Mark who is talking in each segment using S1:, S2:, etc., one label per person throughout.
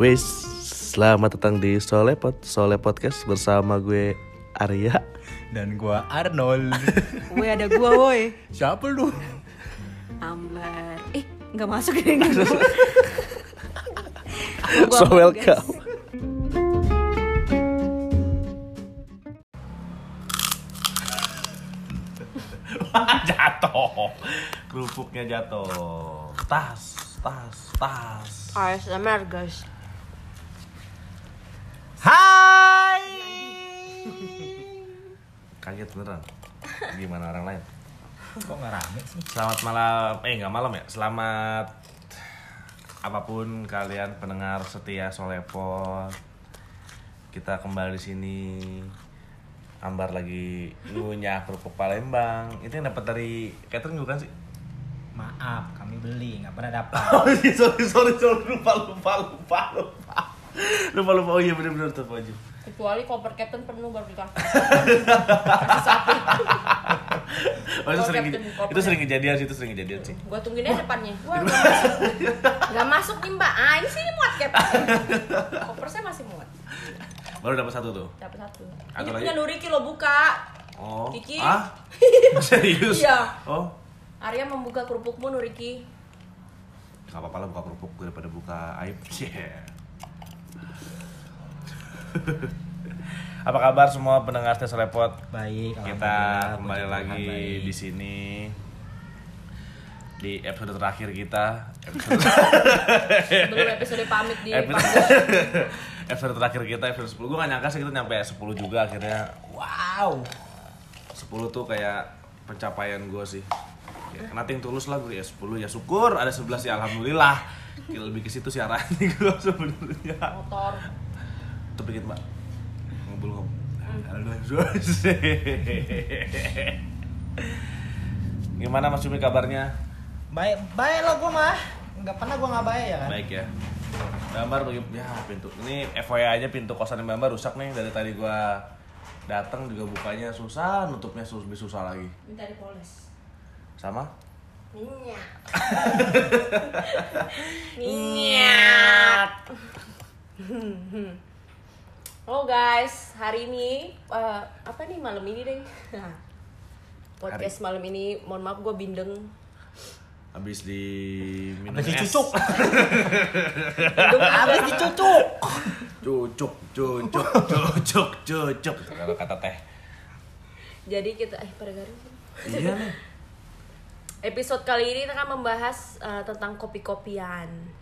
S1: Wes, selamat datang di Solepot, Sole Podcast bersama gue Arya.
S2: dan gua Arnold.
S3: Woi ada gua woi.
S2: Siapa lu?
S3: Ambar. Eh, nggak masuk ya enggak.
S1: So welcome.
S2: jatuh. Kerupuknya jatuh. Tas, tas, tas.
S3: ASMR guys.
S2: Hai.
S1: Kaget beneran. Gimana orang lain?
S2: Kok nggak rame sih?
S1: Selamat malam, eh nggak malam ya, selamat apapun kalian pendengar setia Solepot. Kita kembali di sini. Ambar lagi ngunyah kerupuk Palembang. Itu yang dapat dari catering bukan sih?
S2: Maaf, kami beli, nggak pernah dapat.
S1: Oh, iya, sorry, sorry, sorry, lupa, lupa, lupa, lupa. Lupa, lupa, oh iya bener-bener tetap aja.
S4: kecuali koper captain penuh baru dikasih
S1: Oh, itu
S4: Oh,
S1: sering,
S4: Captain Koper.
S1: itu sering kejadian sih, itu sering kejadian sih.
S4: gua tungguin aja depannya gua nggak masuk nggak masuk nih mbak ah ini sini muat captain koper saya masih muat
S1: Baru dapat satu tuh.
S4: dapat satu ini
S1: Atau lagi?
S4: punya Nuriki lo buka
S1: Oh.
S4: Kiki.
S1: Ah? Serius?
S4: Iya.
S1: Oh.
S4: Arya membuka kerupukmu Nuriki
S1: Gak apa-apa lah buka kerupuk daripada buka aib. Yeah. apa kabar semua pendengar Tes Repot?
S2: Baik,
S1: Kita
S2: alhamdulillah,
S1: kembali lagi
S2: puji Tuhan, baik.
S1: di sini di episode terakhir kita. Episode
S4: sebelum episode pamit di
S1: episode, episode terakhir kita episode 10 gue gak nyangka sih kita nyampe 10 juga akhirnya wow 10 tuh kayak pencapaian gue sih ya, nothing tulus lah gue ya 10 ya syukur ada 11 ya alhamdulillah Gila, lebih ke situ sih arahnya gue sebenarnya
S4: motor
S1: tuh pikir mbak ngobrol ngobrol gimana Mas Umi kabarnya
S2: Baik, baik lah gua mah. Nggak pernah gua nggak baik ya kan?
S1: baik ya Bambar bagi ya pintu ini FYI aja pintu kosan Bambar rusak nih dari tadi gua datang juga bukanya susah nutupnya sus lebih susah lagi
S4: minta dipoles
S1: sama
S4: minyak minyak Halo guys, hari ini eh, apa nih malam ini deh? Podcast malam ini, mohon maaf gue bindeng,
S1: habis di minum
S2: Habis
S1: es.
S2: dicucuk.
S4: bindeng
S2: Habis dicucuk.
S1: cucuk cucuk cucuk cucuk kalau kata teh
S4: Jadi kita eh pada garing.
S1: iya nih
S4: Episode kali ini kita akan membahas eh, tentang kopi-kopian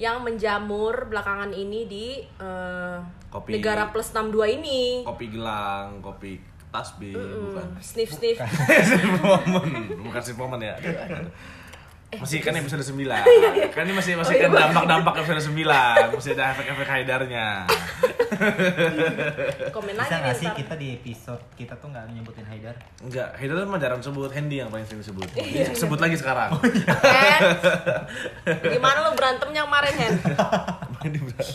S4: yang menjamur belakangan ini di eh,
S1: Kopi-
S4: negara plus 62 ini. Hmm,
S1: kopi gelang kopi tasbih bukan
S4: Sniff sniff.
S1: sip momen bukan sip momen ya
S2: Eh,
S1: masih kan episode 9 kan ini masih masih kan
S2: Oh, iya.
S1: dampak dampak episode 9 masih ada efek efek haidarnya
S4: Komen lagi
S2: Bisa
S4: nih
S2: nggak sih
S4: ntar.
S2: kita di episode kita tuh nggak nyebutin Haidar?
S1: Enggak, Haidar mah jarang sebut, Hendy yang paling sering sebut.
S4: Iya,
S1: sebut lagi sekarang.
S4: Oh, Hen, Gimana lo berantemnya kemarin Hen?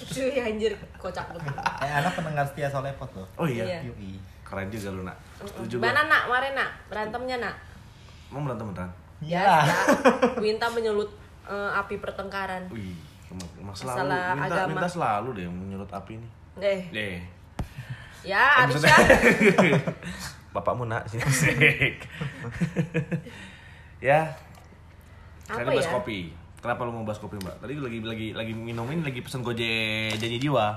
S4: Cuy ya, anjir kocak betul.
S2: Eh, anak pendengar setia Solepot loh.
S1: Oh iya,
S4: Iya.
S2: Yui.
S1: keren juga lu nak. Setuju gua.
S4: Mana nak kemarin nak berantemnya nak?
S1: Mau berantem beneran?
S4: Ya,
S2: Iya.
S4: Winta menyulut eh, api pertengkaran.
S1: Wih, emang, emang selalu
S4: Masalah
S1: minta,
S4: agama.
S1: minta selalu deh menyurut api ini.
S4: Eh,
S1: Deh.
S4: ya
S1: Maksudnya-
S4: Arisha.
S1: Bapakmu nak sih. Asik. ya.
S4: Apa
S1: Kali bahas
S4: ya?
S1: kopi. Kenapa lu mau bahas kopi, Mbak? Tadi lagi lagi lagi minum ini lagi pesen Gojek Janji Jiwa.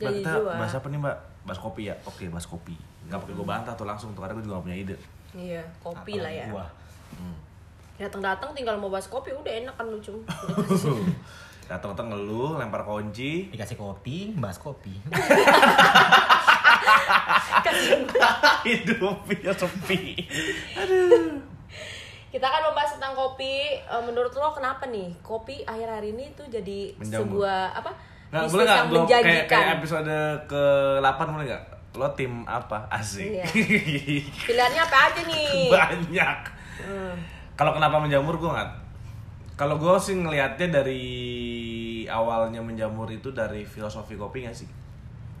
S1: Mbak,
S4: Janji
S1: kita
S4: Jiwa.
S1: bahas apa nih, Mbak? Bahas kopi ya? Oke, bahas kopi. Gak pakai gue bantah tuh langsung tuh karena gue juga gak punya ide.
S4: Iya, kopi lah ya.
S2: Gua.
S4: Datang-datang tinggal mau bahas kopi udah enak kan lucu.
S1: Datang-datang Nah, ngeluh, lempar kunci.
S2: Dikasih kopi, bahas kopi.
S1: Hidupnya sepi.
S4: Kita akan membahas tentang kopi. Eh, menurut lo kenapa nih kopi akhir-akhir ini tuh jadi
S1: Menjamur.
S4: sebuah apa?
S1: Nggak,
S4: bisnis
S1: boleh nggak
S4: yang
S1: gua kayak,
S4: menjanjikan.
S1: kayak episode ke 8 boleh nggak? Lo tim apa? Asik.
S4: Iya. Pilihannya apa aja nih?
S1: Banyak.
S4: Hmm.
S1: Kalau kenapa menjamur gue nggak. Kalau gue sih ngelihatnya dari awalnya menjamur itu dari filosofi kopi nggak sih?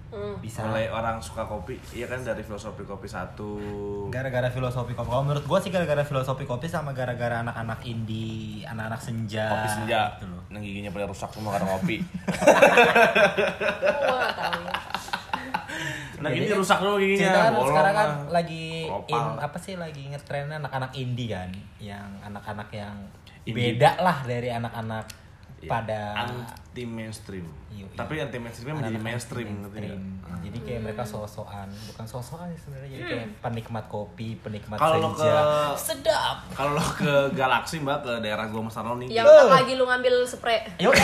S4: Hmm.
S2: Bisa.
S5: mulai orang suka kopi iya kan dari filosofi kopi satu
S2: Gara-gara filosofi kopi. Kalau menurut gue sih gara-gara filosofi kopi sama gara-gara anak-anak indie, anak-anak senja.
S5: kopi senja
S2: Gitu loh.
S5: yang giginya pada rusak semua karena kopi
S4: Gue gak tau ya.
S5: nah ini rusak dulu
S2: Cerita
S5: giginya bolong
S2: sekarang kan
S5: lah.
S2: lagi in,
S5: Kopal.
S2: apa sih lagi ngetrennya anak-anak indie kan, yang anak-anak yang
S5: Indie.
S2: beda lah dari anak-anak
S5: Iya.
S2: pada
S5: anti mainstream
S2: Iya, iya.
S5: tapi anti mainstreamnya menjadi mainstream, gitu ya. Hmm. ngerti nggak? Ah.
S2: mainstream. Jadi kayak mereka sosokan, bukan sosokan sih sebenarnya jadi kayak penikmat kopi, penikmat
S5: Hmm. Kalau
S2: senja.
S5: ke-
S2: Sedap.
S5: kalau lo ke galaksi mbak ke daerah gua Mas Tarno nih
S4: Yang ntar lagi lu ngambil spray.
S2: Yuk.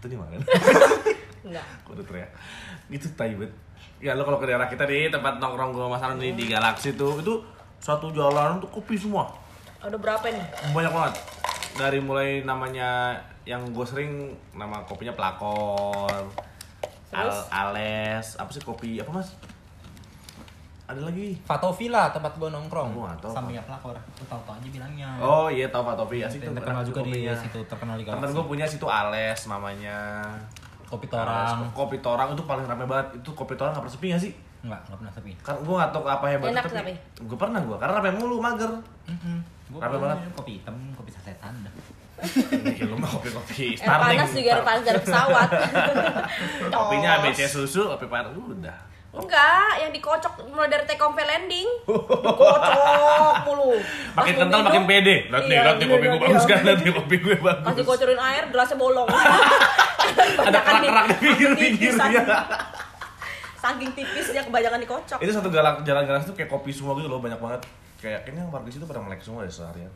S5: itu di mana
S4: Enggak.
S5: Gua udah teriak itu tai banget ya lo kalau ke daerah kita nih tempat nongkrong gua Mas Tarno nih di galaksi tuh itu satu jalanan tuh kopi semua
S4: Ada berapa nih?
S5: banyak banget dari mulai namanya yang gue sering nama kopinya pelakor
S4: Terus?
S5: Al- ales apa sih kopi apa mas ada lagi
S2: Fatovilla tempat gua nongkrong.
S5: Gua nggak tahu.
S2: Sampingnya pelakor. Lu tahu-tahu aja bilangnya.
S5: oh iya tau pak topi asik
S2: Yang
S5: tuh
S2: terkenal
S5: enak
S2: juga di
S5: kopinya.
S2: situ, terkenal di
S5: temen
S2: Galaxy.
S5: gue punya situ ales namanya
S2: Kopi
S5: Ales.
S2: Torang.
S5: kopi torang itu paling rame banget itu kopi torang nggak pernah sepi nggak sih
S2: Enggak, enggak pernah sepi.
S5: kan gue nggak tau apa hebatnya
S4: Enak tapi.
S5: gue pernah gue karena rame mulu mager
S2: Heeh. Gua
S5: Rame
S2: pernah
S5: banget.
S2: minum kopi hitam, kopi sasetan. dah.
S5: ini lu mah kopi kopi
S4: Air Eh, panas juga air panas dari pesawat.
S5: kopinya abc susu kopi parah udah
S4: Enggak, yang dikocok mulai dari take off landing. Dikocok mulu. Pas
S5: makin
S4: mau
S5: kental
S4: minum,
S5: makin pede nanti
S4: iya,
S5: nanti
S4: iya,
S5: kopi
S4: iya,
S5: gue
S4: iya.
S5: bagus kan nanti kopi gue bagus
S4: Pas dikocorin air, gelasnya bolong.
S5: ada
S4: Kebanyakan di-
S5: kerak-kerak di pinggir-pinggir
S4: tipisan.
S5: ya
S4: Saking tipisnya kebanyakan dikocok.
S5: itu satu galak jalan-jalan itu kayak kopi semua gitu loh banyak banget kayak kayaknya warga situ pada melek semua ya seharian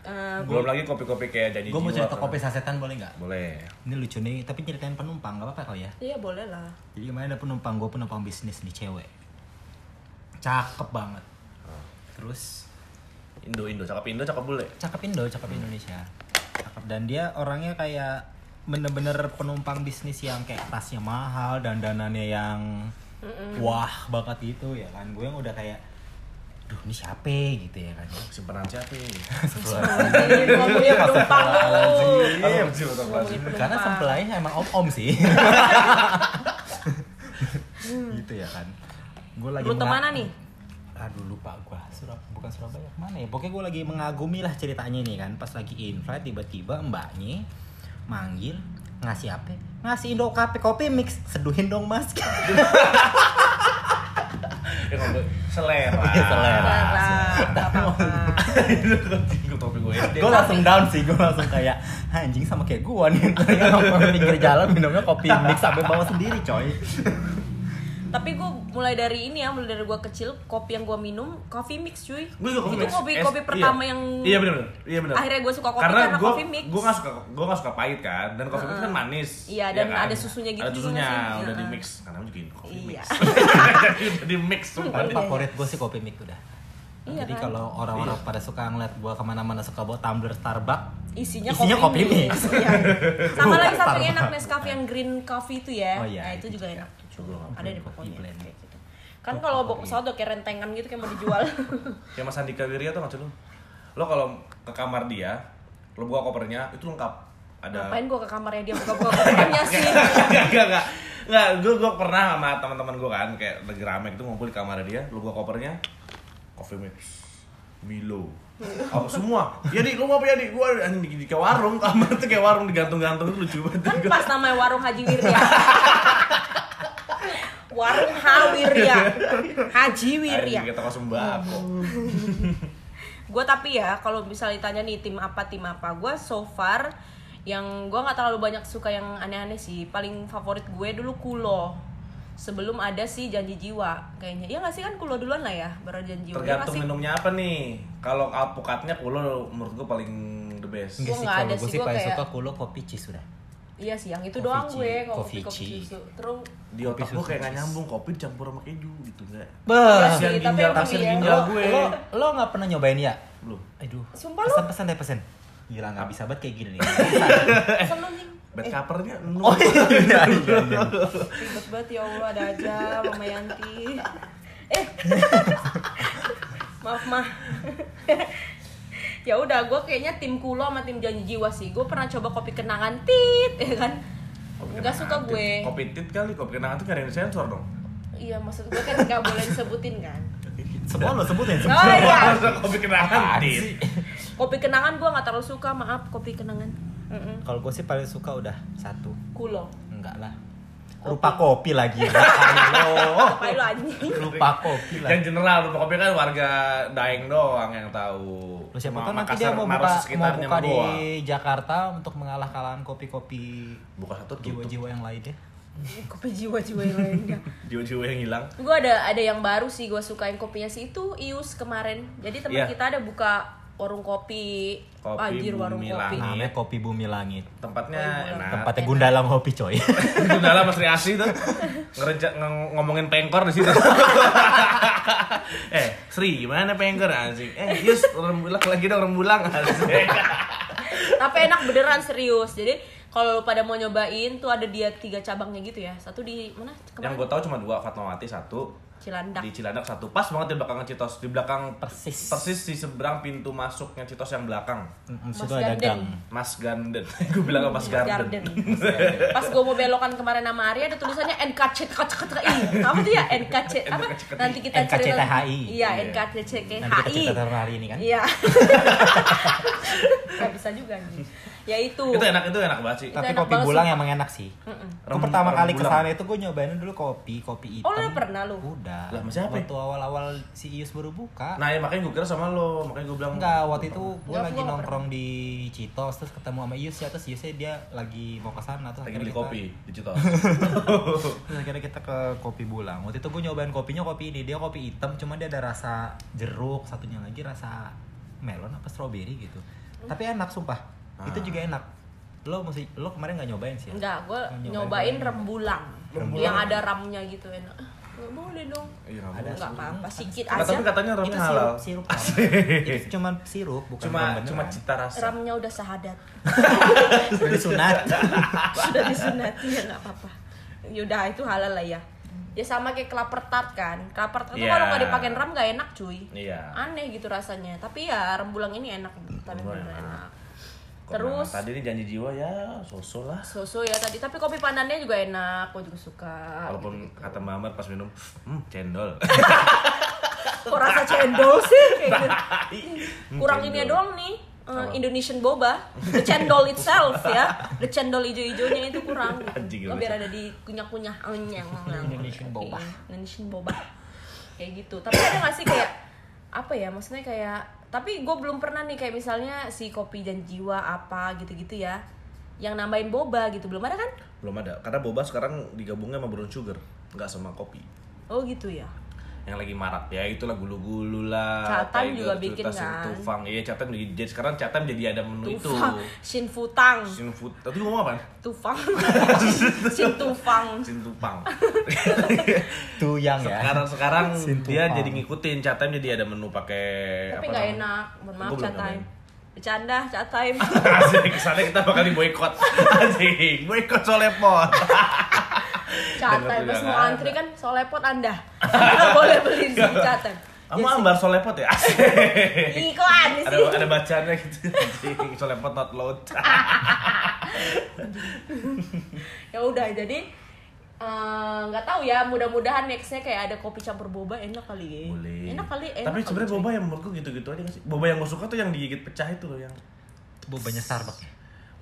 S4: Eh,
S5: belum lagi kopi-kopi kayak jadi
S2: Gua mau
S5: jiwa
S2: cerita
S5: kan.
S2: kopi sasetan boleh enggak?
S5: boleh
S2: Ini lucu nih, tapi ceritain penumpang enggak apa-apa kali ya.
S4: Iya boleh lah.
S2: Jadi kemarin ada penumpang gue penumpang bisnis nih cewek. Cakep banget. Terus
S5: Indo Indo cakep Indo cakep bule
S2: cakep Indo, cakep Indonesia. Cakep dan dia orangnya kayak bener-bener penumpang bisnis yang kayak tasnya mahal dan danannya yang wah banget gitu ya kan. Gue yang udah kayak duh ini siapa gitu ya kan.
S5: simpanan siapa
S4: Ngomongin penumpang lu.
S5: Iya, betul, betul, betul.
S4: Ngomongin
S2: Karena
S4: penumpang.
S2: sempelainya emang om-om sih. gitu ya kan. Gue lagi
S4: Rute
S2: menga-
S4: mana nih?
S2: Aduh lupa gua. Surab bukan Surabaya mana ya? Pokoknya gue lagi mengagumi lah ceritanya ini kan. Pas lagi in flight tiba-tiba mbaknya manggil ngasih apa? Ngasih Indo kopi kopi mix. Seduhin dong Mas.
S5: Ya, kalau- Iya, selera
S2: Selera.
S5: iya.
S4: Parah, nggak apa-apa.
S5: Gue kopi ya. gue SD
S2: gue langsung down sih, gue langsung kayak "Hah, anjing sama kayak gue nih. Ternyata orang pinggir jalan minumnya kopi mix sampai bawa sendiri coy.
S4: Tapi gue mulai dari ini ya, mulai dari gue kecil, kopi yang gue minum, coffee mix cuy.
S5: gue juga kopi
S4: Itu
S5: mix.
S4: kopi,
S5: Es-
S4: kopi
S5: iya.
S4: pertama yang
S5: iya benar benar iya benar
S4: akhirnya gue suka kopi
S5: karena
S4: karena,
S5: gue
S4: coffee mix.
S5: gue nggak suka gue nggak suka pahit kan dan coffee mix kan manis kan?
S4: Iya, dan ada susunya gitu
S5: ada
S4: juga
S5: susunya
S4: nggak sih?
S5: udah
S4: Iya.
S5: di mix karena namanya juga kopi
S4: Iya.
S5: mix udah di mix semua
S2: Tapi favorit gue sih kopi mix udah.
S4: Iya
S2: Jadi
S4: kan?
S2: kalau orang-orang pada suka ngeliat gue kemana-mana suka bawa tumbler Starbucks.
S4: Isinya,
S2: Isinya kopi mix.
S4: Iya. Sama
S2: Bukan
S4: lagi satu
S2: Starbucks.
S4: enak Nescafe yang green coffee itu ya.
S2: Oh iya,
S4: nah, itu,
S2: itu
S4: juga
S2: juga.
S4: enak.
S2: Itu gua nggak
S4: Ada di
S2: pernah kopi
S4: pokoknya
S2: blend.
S4: kayak gitu. Kan kalau bawa pesawat udah kayak rentengan gitu kayak mau dijual.
S5: ya mas Andika Wirya tuh nggak lu lo kalau ke kamar dia lo buka kopernya itu lengkap ada
S4: Ngapain gue ke kamarnya dia buka-buka kopernya sih.
S5: Enggak, enggak, enggak. Enggak, gue gue pernah sama teman-teman gue kan kayak lagi rame itu ngumpul di kamar dia, lu gua kopernya coffee mix, Milo, apa semua. Ya di, lu mau apa ya di? Gua anjing di, di kayak warung, kamar tuh kayak warung digantung-gantung itu lucu banget.
S4: Kan
S5: Gua-
S4: pas namanya warung Haji Wirya. warung Hawirya. Haji Wirya.
S5: Anjing, kayak toko sembako.
S4: gue tapi ya kalau misalnya ditanya nih tim apa tim apa gue so far yang gue nggak terlalu banyak suka yang aneh-aneh sih paling favorit gue dulu kulo sebelum ada sih janji jiwa kayaknya ya nggak sih kan kulo duluan lah ya baru janji jiwa
S5: Tergantung
S4: ya nggak sih?
S5: minumnya apa nih. Kalau alpukatnya kulo menurut gue paling the best.
S2: Enggak
S4: Gua
S2: sih,
S4: nggak
S2: kalau
S4: ada
S2: gue
S4: sih,
S2: sih
S4: gua
S2: paling
S4: kayak-
S2: suka kulo kopi cheese udah.
S4: iya sih yang itu
S2: Coffee
S4: doang
S2: tea,
S4: gue kopi
S2: coffee
S4: kopi
S2: tea.
S4: susu terus
S5: Di
S2: Kopi
S5: otak gue
S2: susu
S5: kayak nggak
S2: cheese.
S5: nyambung kopi dicampur sama keju gitu enggak.
S2: Bah,
S4: Iya sih,
S5: Kasihan
S4: tapi
S5: ginjal,
S4: emang
S5: kasihan
S4: iya.
S5: ginjal
S2: lo,
S5: gue.
S2: lo, lo nggak pernah nyobain ya?
S5: Belum.
S2: Aduh,
S4: Sumpah lu.
S2: pesan-pesan deh pesan. Gila nggak bisa banget kayak gini nih.
S4: seneng nih
S5: Bad covernya nol.
S2: oh iya, iya, iya.
S4: ribet banget ya allah ada aja mama Yanti eh maaf mah ya udah gue kayaknya tim kulo sama tim janji jiwa sih gue pernah coba kopi kenangan tit ya kan
S5: Kopi
S4: nggak
S5: kenangan
S4: suka
S5: tit.
S4: gue
S5: Kopi tit kali, kopi kenangan tuh gak ada yang sensor dong.
S4: iya maksud gue kan nggak boleh disebutin kan
S2: Semua lo sebutin.
S4: Oh, iya.
S5: Masa kopi kenangan tit.
S4: kopi kenangan gue nggak terlalu suka maaf kopi kenangan Mm-mm.
S2: Kalau gue sih paling suka udah satu.
S4: kulo
S2: Enggak lah. Rupa kopi lagi. ya Allah.
S4: apa lu anjing
S2: Rupa kopi lah.
S5: Yang general lupa kopi kan warga Daeng doang yang tahu.
S2: Lu siapa
S5: Ma-
S2: tahu nanti
S5: Makassar,
S2: dia mau
S5: Maros
S2: buka, mau
S5: sekitarnya
S2: buka di
S5: doang.
S2: Jakarta untuk mengalah kalahan kopi-kopi
S5: buka satu tutup.
S2: jiwa-jiwa yang lain ya. deh.
S4: kopi jiwa jiwa yang lainnya
S5: Jiwa-jiwa yang hilang.
S4: gue ada ada yang baru sih gue sukain kopinya sih itu ius kemarin jadi teman
S5: Iya.
S4: kita ada buka warung kopi,
S5: Kopi
S4: anjir warung
S5: Bumi
S4: kopi
S5: Langit.
S2: Namanya Iya, kopi bumi langit.
S5: Tempatnya enak.
S2: Tempatnya Gundalang Kopi coy.
S5: itu dalam Mas Riasi tuh ngereja, nge- ngomongin pengkor di situ. eh, Sri, mana pengkor anjing? Eh, Yus, rembulang lagi dong rembulang anjing.
S4: tapi enak beneran serius jadi kalau lu pada mau nyobain tuh ada dia tiga cabangnya gitu ya satu di mana kemarin
S5: yang gue tahu cuma dua, Fatmawati satu,
S4: Cilandak
S5: di Cilandak satu. Pas banget di belakang Citos, di belakang
S2: Persis.
S5: persis di seberang pintu masuknya Citos yang belakang.
S2: Mm,
S4: Mas
S2: Situ ada
S4: Garden.
S2: gang.
S5: Mas Garden. gue bilang Mas
S4: Garden.
S5: Garden.
S4: Pas gue mau belokan kemarin sama Ari ada tulisannya NKCTKCTI. Apa tuh ya NKC? Apa? Nanti kita cerita.
S2: NKCTHI.
S4: Iya,
S5: Iya.
S2: Nanti kita
S4: NKCTHI.
S2: cerita tentang hari ini kan.
S4: Iya. Gak bisa juga nih. Ya itu.
S5: Itu enak itu enak banget sih.
S4: Itu
S2: Tapi
S4: enak
S2: kopi
S4: banget
S2: bulang
S4: sih.
S2: yang emang enak sih. Gue
S5: Rem-
S2: pertama kali
S5: rembulan.
S2: kesana itu gue nyobain dulu kopi, kopi hitam.
S4: Oh, lu udah pernah lu?
S2: Udah.
S5: Lah, sama siapa ya?
S2: Waktu awal-awal si Ius baru buka.
S5: Nah, ya makanya gue kira sama lo, makanya gue bilang
S2: Enggak, waktu itu gue
S4: Enggak,
S2: lagi
S4: gua nggak
S2: nongkrong di Citos terus ketemu sama Ius ya terus Iusnya dia lagi mau ke sana terus
S5: lagi
S2: akhirnya
S5: beli
S2: kita-
S5: kopi di Citos.
S2: terus akhirnya kita ke kopi bulang. Waktu itu gue nyobain kopinya kopi ini dia kopi hitam cuma dia ada rasa jeruk satunya lagi rasa melon apa strawberry gitu. Tapi enak sumpah. Itu juga enak. Lo mesti lo kemarin nggak nyobain sih ya?
S4: Enggak, gue
S2: Nyobain
S4: nyobain rembulang.
S2: Rembulang.
S4: Yang ada ramnya gitu enak. Gak boleh dong.
S5: Iya, nggak
S4: Enggak apa-apa, sedikit
S5: Nggak,
S4: aja.
S5: tapi katanya ramnya
S2: Itu
S5: halal.
S2: sirup, sirup. Itu cuman sirup, bukan rum
S5: Cuma
S2: beneran.
S5: cuma cita rasa.
S4: Ramnya udah sahadat.
S2: Udah disunat.
S4: sudah disunati ya nggak apa-apa yaudah itu halal lah ya ya sama kayak kelapar tart kan kelapar tart tuh
S5: Iya.
S4: kalau nggak dipakein ram nggak enak cuy
S5: Iya.
S4: aneh gitu rasanya tapi ya rembulang ini enak tapi
S5: Rembulang
S4: bener
S5: enak.
S4: enak
S5: Kok
S4: terus
S5: nah, tadi ini janji jiwa ya sosok lah.
S4: soso ya tadi tapi kopi pandannya juga enak gua juga suka
S5: Walaupun kata Mbak Amar pas minum, hmm, cendol.
S4: kok rasa cendol sih Kayak gitu. Hmm, kurang ini
S5: cendol.
S4: doang nih eh,
S5: Apa?
S4: Indonesian boba, the cendol itself ya, the cendol ijo-ijonya itu kurang.
S5: Anjing,
S4: Lo biar ada di kunyah-kunyah Oh, anyang.
S2: Indonesian boba.
S4: Indonesian boba. Kayak gitu. Tapi ada gak sih kayak apa ya? Maksudnya kayak tapi gue belum pernah nih kayak misalnya si kopi dan jiwa apa gitu-gitu ya yang nambahin boba gitu belum ada kan?
S5: Belum ada. Karena boba sekarang digabungnya sama brown sugar, nggak sama kopi.
S4: Oh gitu ya.
S5: Yang lagi marak ya itulah gulu-gulu lah.
S4: Catan juga
S5: tiger,
S4: bikin
S5: cuitas, yang
S4: kan?
S5: Tufang. Iya, catan jadi jadi sekarang catan jadi ada menu Oh, itu.
S4: Tufang, Shin Futang,
S5: Sin food. Tadi gua ngomong apa?
S4: Tufang, Shin Tufang.
S5: Sin tupang.
S2: Tuyang ya.
S5: sekarang sekarang
S2: Sin
S5: dia
S2: tupang.
S5: jadi ngikutin catan jadi ada menu pakai
S4: Tapi
S5: Iya, apa
S4: nggak
S5: namanya?
S4: enak, mohon maaf
S5: Gua belum
S4: chat time. Bercanda, chat time.
S5: Asik, kesannya kita bakal di boykot Asik, boykot solepot
S4: chat
S5: Dengar
S4: time.
S5: ya.
S4: Pas
S5: juga
S4: mau
S5: nggak
S4: antri kan solepot anda. Nggak boleh beli di chat time.
S5: Kamu ambar solepot ya? Asik
S4: Ih kok aneh
S5: ada
S4: Iya sih?
S5: ada bacaannya gitu anjing solepot not load
S4: Ya udah jadi eh, nggak tahu ya mudah-mudahan nextnya kayak ada kopi campur boba enak kali ya enak kali enak
S5: tapi
S4: kali,
S5: sebenarnya
S4: cuy.
S5: boba yang menurutku gitu-gitu aja nggak sih boba yang gue suka tuh yang digigit pecah itu loh yang
S2: Bobanya Starbucks. ya.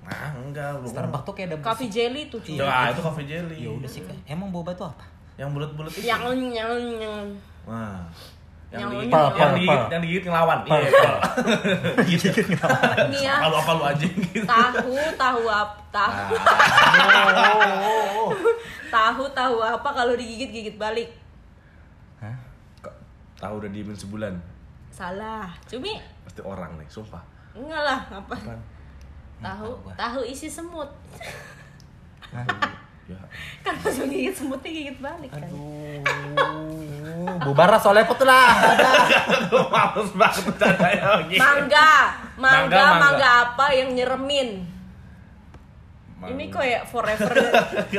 S5: nah enggak boba
S2: Starbucks tuh kayak ada
S4: coffee jelly tuh cuy
S5: Ya, ah, itu cafe jelly
S2: Ya udah sih. Emang boba tuh apa?
S5: yang bulat-bulat itu
S4: yang yang yang
S5: wah yang
S4: Yang
S5: digigit
S4: pel,
S5: yang
S2: pel,
S5: digigit
S2: pel.
S5: yang digigit ngelawan
S2: Pel,
S5: iya
S2: pel.
S5: gitu
S4: Ini ya.
S5: kalau apa lu aja gitu
S4: tahu tahu apa tahu
S5: Ah. Oh,
S4: tahu tahu apa kalau digigit gigit balik
S2: Hah?
S5: tahu udah diemin sebulan
S4: salah cumi
S5: pasti orang nih sumpah
S4: enggak lah apa
S5: Apaan?
S4: tahu
S2: Nggak tahu gua.
S4: tahu isi semut
S5: ya
S4: kan pas lu gigit semutnya gigit balik kan
S2: Aduh. Bubar lah soalnya pot lah.
S5: aduh males banget bercandanya
S4: mangga
S5: Ogi.
S4: mangga
S5: Mangga, mangga.
S4: mangga apa yang nyeremin ini kayak forever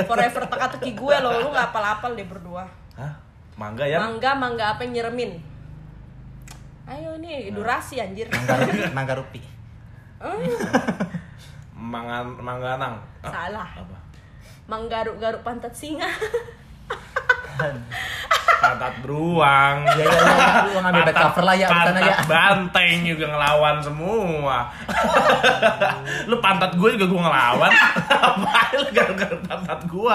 S4: forever teka-teki gue loh lu nggak apal-apal deh berdua
S5: hah mangga ya
S4: mangga mangga apa yang nyeremin Ayo
S5: Ya.
S4: nih, durasi anjir.
S2: Manggarupi, Manggarupi.
S5: Mangan, mangganang. Ah,
S4: Salah.
S5: Apa?
S4: Menggaruk-garuk pantat singa.
S5: Pantat beruang.
S2: Ya ya ya, lu ngambil back cover lah ya
S5: pantat
S2: bukan ya.
S5: banteng juga ngelawan semua. lu pantat gue juga gue ngelawan. Apaan lu gara-gara pantat gue?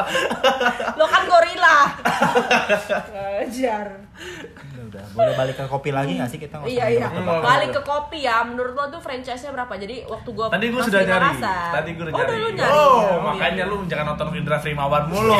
S4: Lo kan gorila. Ajar.
S2: Udah, udah. boleh balik ke kopi lagi nggak sih kita ngomong?
S4: Iya iya.
S5: Nggak apa-apa.
S4: Balik ke kopi ya. Menurut lo tuh franchise-nya berapa? Jadi waktu gua
S5: Tadi gue
S4: masuk
S5: sudah
S4: di
S5: nyari.
S4: Makassar-
S5: Tadi gue udah
S4: Oh,
S5: nyari.
S4: udah lu nyari.
S5: Oh,
S4: ya?
S5: makanya
S4: iya.
S5: lu jangan nonton Findra Frimawan mulu.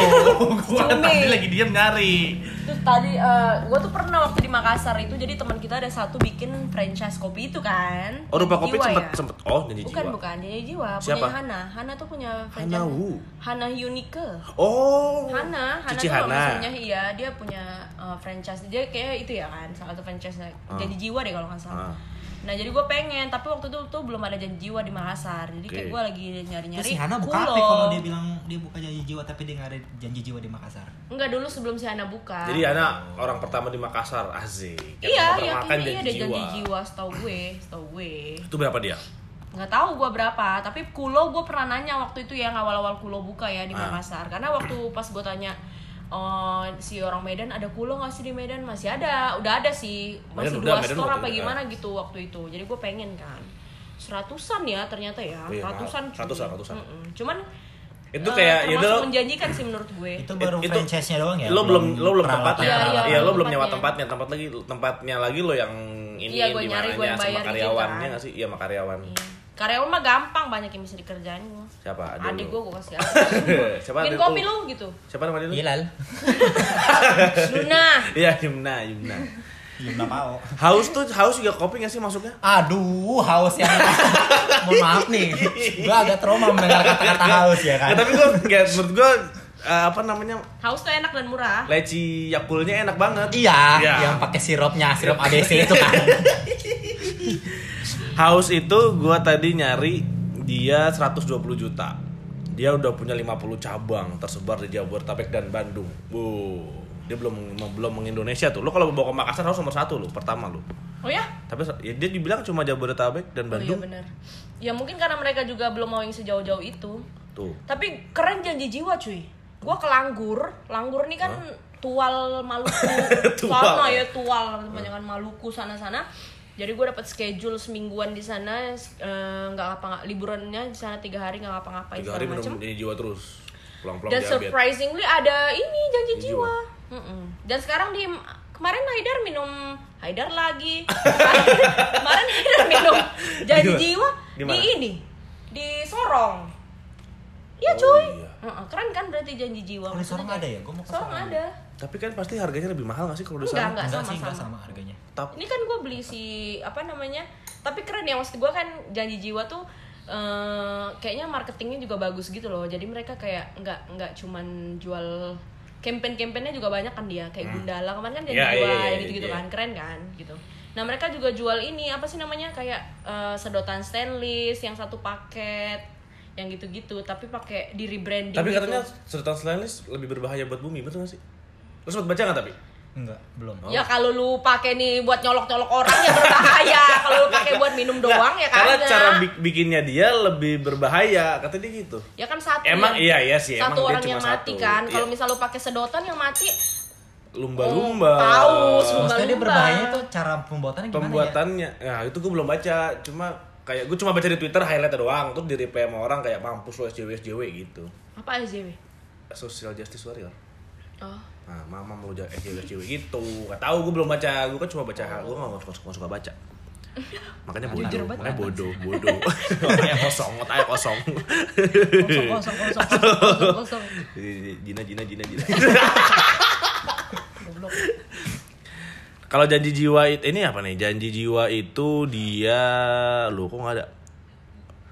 S5: gue
S4: Cumi.
S5: tadi lagi diem nyari.
S4: Terus tadi eh, gua tuh pernah waktu di Makassar itu jadi teman kita ada satu bikin franchise kopi itu kan.
S5: Oh, rupa
S4: Janji
S5: kopi
S4: Jiwa
S5: sempet
S4: ya?
S5: sempet. Oh, janji
S4: Bukan
S5: jiwa.
S4: bukan Janji Jiwa.
S5: Siapa?
S4: Punya Hana. Hana tuh punya franchise.
S5: Hana Wu.
S4: Hana Unique.
S5: Oh.
S4: Hana, Hana tuh
S5: Cici Hana.
S4: maksudnya iya dia punya uh, franchise dia kayak itu ya kan salah satu franchise
S5: Ah.
S4: jadi jiwa deh kalau nggak salah.
S5: Ah.
S4: Nah jadi gue pengen tapi waktu itu tuh belum ada janji jiwa di Makassar jadi kayak
S5: Oke.
S4: gue lagi nyari
S2: Terus
S4: nyari.
S2: si Hana buka apa ya kalau dia bilang dia buka janji jiwa tapi dia nggak ada janji jiwa di Makassar?
S4: Enggak dulu sebelum si Hana buka.
S5: Jadi Hana orang pertama di Makassar, asik. Yang
S4: iya
S5: pertama
S4: yakin
S5: makan
S4: iya ada
S5: Janji
S4: janji jiwa setahu gue setahu gue.
S5: Itu berapa dia?
S4: nggak tahu gua berapa tapi kulo gue pernah nanya waktu itu yang awal-awal kulo buka ya di
S5: Ah.
S4: Makassar karena waktu pas gue tanya eh, si orang Medan ada kulo nggak sih di Medan masih ada udah ada sih masih
S5: Medan
S4: dua
S5: udah, Medan
S4: store
S5: waktu
S4: apa
S5: itu, ya.
S4: gimana gitu waktu itu jadi gue pengen kan seratusan ya ternyata ya
S5: Iya, mahal.
S4: ratusan cuy.
S5: Ratusan, ratusan.
S4: Mm-mm. cuman
S5: Itu
S4: eh,
S5: kayak, ya
S4: termasuk
S5: itu-
S4: menjanjikan sih menurut gue
S2: Itu baru
S5: It- itu-
S2: franchise-nya doang ya?
S5: lo belum lo belum
S4: Eh,
S5: tempatnya.
S4: Iya,
S5: Iya,
S4: iya,
S5: lo belum
S4: tempatnya.
S5: nyewa tempatnya, tempat lagi tempatnya lagi lo yang ini
S4: Iya, gua
S5: di
S4: nyari, gua
S5: mananya
S4: yang
S5: sama
S4: bayar gitu
S5: karyawannya
S4: kan.
S5: nggak sih? Iya, sama karyawan.
S4: Mm. karyawan mah gampang banyak yang bisa dikerjain
S5: Siapa? Adik
S4: adik gue
S5: lu.
S4: gue kasih adik.
S5: Siapa
S4: bikin
S5: adik
S4: kopi
S5: lu?
S4: lu gitu
S5: Siapa nama dia lu?
S2: Hilal.
S4: Luna
S5: Iya, Yumna, Yumna.
S2: Belum mau.
S5: Haus tuh, haus juga kopi nggak sih masuknya?
S2: Aduh, haus yang Mohon maaf nih. Gua agak trauma mendengar kata-kata haus ya kan.
S5: Nggak, Eh, tapi gue, nggak, menurut gue apa namanya
S4: haus tuh enak dan murah
S5: leci yakulnya enak banget.
S2: Iya,
S5: Iya.
S2: yang pakai sirupnya, sirup ABC itu kan.
S5: House itu gua tadi nyari dia 120 juta. Dia udah punya 50 cabang tersebar di Jabodetabek dan Bandung. Bu, dia belum belum mengindonesia tuh. Lo kalau bawa ke Makassar harus nomor satu lo, pertama lo.
S4: oh ya
S5: Tapi ya dia dibilang cuma Jabodetabek dan
S4: Oh iya
S5: Bandung.
S4: benar. Ya mungkin karena mereka juga belum mau yang sejauh-jauh itu.
S5: tuh.
S4: Tapi keren janji jiwa cuy. Gua ke Langgur, Langgur ini kan tual Maluku.
S5: Tual.
S4: Soalnya ya tual kebanyakan Maluku sana-sana. Jadi gue dapat schedule semingguan di sana eh, nggak apa liburannya di sana tiga hari nggak ngapa-ngapain
S5: Tiga hari
S4: segala
S5: minum
S4: macem.
S5: ini jiwa terus. Pulang-pulang
S4: Dan
S5: diabetes.
S4: surprisingly ada ini janji jiwa. Mm-mm. Dan sekarang di kemarin Haidar minum Haidar lagi. kemarin Haidar minum janji
S5: Di mana?
S4: jiwa
S5: Di
S4: di
S5: mana?
S4: ini di Sorong. Iya
S5: Oh,
S4: cuy.
S5: iya.
S4: Mm-mm. Keren kan berarti janji jiwa.
S2: Kalau di Sorong
S4: Maksudnya
S2: ada
S4: kayak-
S2: ya? Gua mau ke
S4: Sorong
S2: Sorong.
S4: ada.
S5: Tapi kan pasti harganya lebih mahal gak sih kalau di
S4: Enggak,
S5: sana?
S4: enggak
S2: Enggak sih, enggak
S4: sama-sama.
S2: sama harganya.
S5: Tapi
S4: Ini kan gue beli si apa namanya? Tapi keren ya maksud gue kan janji jiwa tuh eh, kayaknya marketingnya juga bagus gitu loh. Jadi mereka kayak nggak nggak cuman jual campaign-campaignnya juga banyak kan dia kayak Gundala kemarin kan janji
S5: Hmm. Iya, iya,
S4: jiwa
S5: iya, iya,
S4: gitu-gitu
S5: iya.
S4: kan keren kan gitu. Nah mereka juga jual ini apa sih namanya kayak eh, sedotan stainless yang satu paket yang gitu-gitu tapi pakai di rebranding.
S5: tapi
S4: gitu.
S5: katanya sedotan stainless lebih berbahaya buat bumi, betul gak sih? Lo sempat baca gak tapi?
S2: Enggak, belum.
S5: oh.
S4: Ya kalau lu pakai nih buat nyolok-nyolok orang ya berbahaya. kalau lu pakai buat minum doang ya
S5: Karena
S4: kagak.
S5: cara bik- bikinnya dia lebih berbahaya, kata dia gitu.
S4: Ya kan satu.
S5: Emang
S4: yang-
S5: iya, iya sih,
S4: Satu
S5: emang dia
S4: orang
S5: cuma
S4: yang mati
S5: satu.
S4: kan. Kalau
S5: Iya.
S4: misal lu pakai sedotan yang mati oh,
S5: Lumba-lumba.
S4: haus, lumba
S2: Maksudnya dia berbahaya itu cara pembuatannya gimana ya?
S5: Pembuatannya, nah itu gue belum baca, cuma kayak gue cuma baca di Twitter highlightnya doang, terus di reply sama orang kayak mampus lo SJW SJW gitu.
S4: Apa SJW?
S5: Social Justice Warrior.
S4: Oh.
S5: Nah, mama mau jadi SJW SJW gitu. Gak tau, gue belum baca, gue kan cuma baca, gue gak suka, suka, suka baca. Makanya bodoh, makanya bodoh, bodoh. makanya kosong, otaknya kosong.
S4: Kosong kosong kosong kosong kosong. kosong.
S5: Jina, Jina, Jina, Jina. Kalau janji jiwa itu ini apa nih? Janji jiwa itu dia lo kok nggak ada?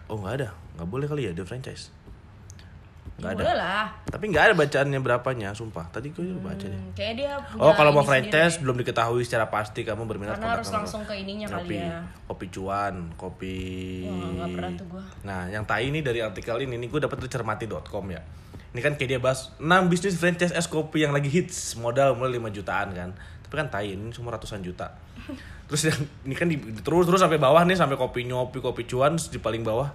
S5: Oh nggak ada, nggak boleh kali ya dia franchise.
S4: Ya,
S5: Nggak ada.
S4: boleh lah.
S5: Tapi nggak ada bacaannya berapanya, sumpah. Tadi gue udah baca deh.
S4: Hmm, kayaknya dia punya
S5: Oh kalau mau
S4: ini sendiri.
S5: franchise belum diketahui secara pasti kamu berminat
S4: Karena
S5: kontak
S4: harus
S5: nomor.
S4: langsung ke ininya kali
S5: kopi,
S4: ya.
S5: kopi cuan, kopi.
S4: Wah, nggak pernah tuh gua.
S5: Nah, yang tai ini dari artikel ini, ini gue dapat dari cermati.com ya. Ini kan kayak dia bahas 6 bisnis franchise es kopi yang lagi hits, modal mulai 5 jutaan kan. Tapi tapi kan tai ini cuma ratusan juta terus yang ini kan di, terus terus sampai bawah nih sampai kopi nyopi kopi cuan terus di paling bawah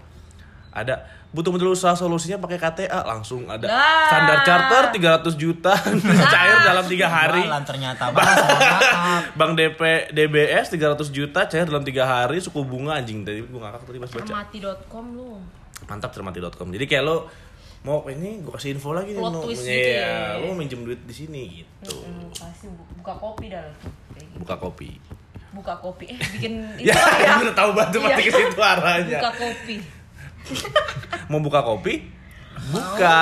S5: ada butuh betul usaha solusinya pakai KTA langsung ada
S4: Nah.
S5: standar charter 300 juta cair dalam tiga hari
S2: Malam ternyata banget.
S5: Bank DP DBS 300 juta cair dalam tiga hari suku bunga anjing tadi gue ngakak tadi pas baca
S4: Amati.com lu.
S5: mantap cermati.com jadi kayak lo mau ini gue kasih info lagi nih
S4: Plot
S5: lo
S4: twist
S5: punya
S4: gitu
S5: ya,
S4: ya.
S5: lo minjem duit di sini gitu
S4: Hmm, pasti bu- buka kopi dah. Kayak gitu.
S5: buka kopi
S4: Buka kopi eh bikin itu
S5: ya
S4: ya.
S5: gue udah tahu banget pasti ke situ arahnya
S4: Buka kopi.
S5: mau buka kopi buka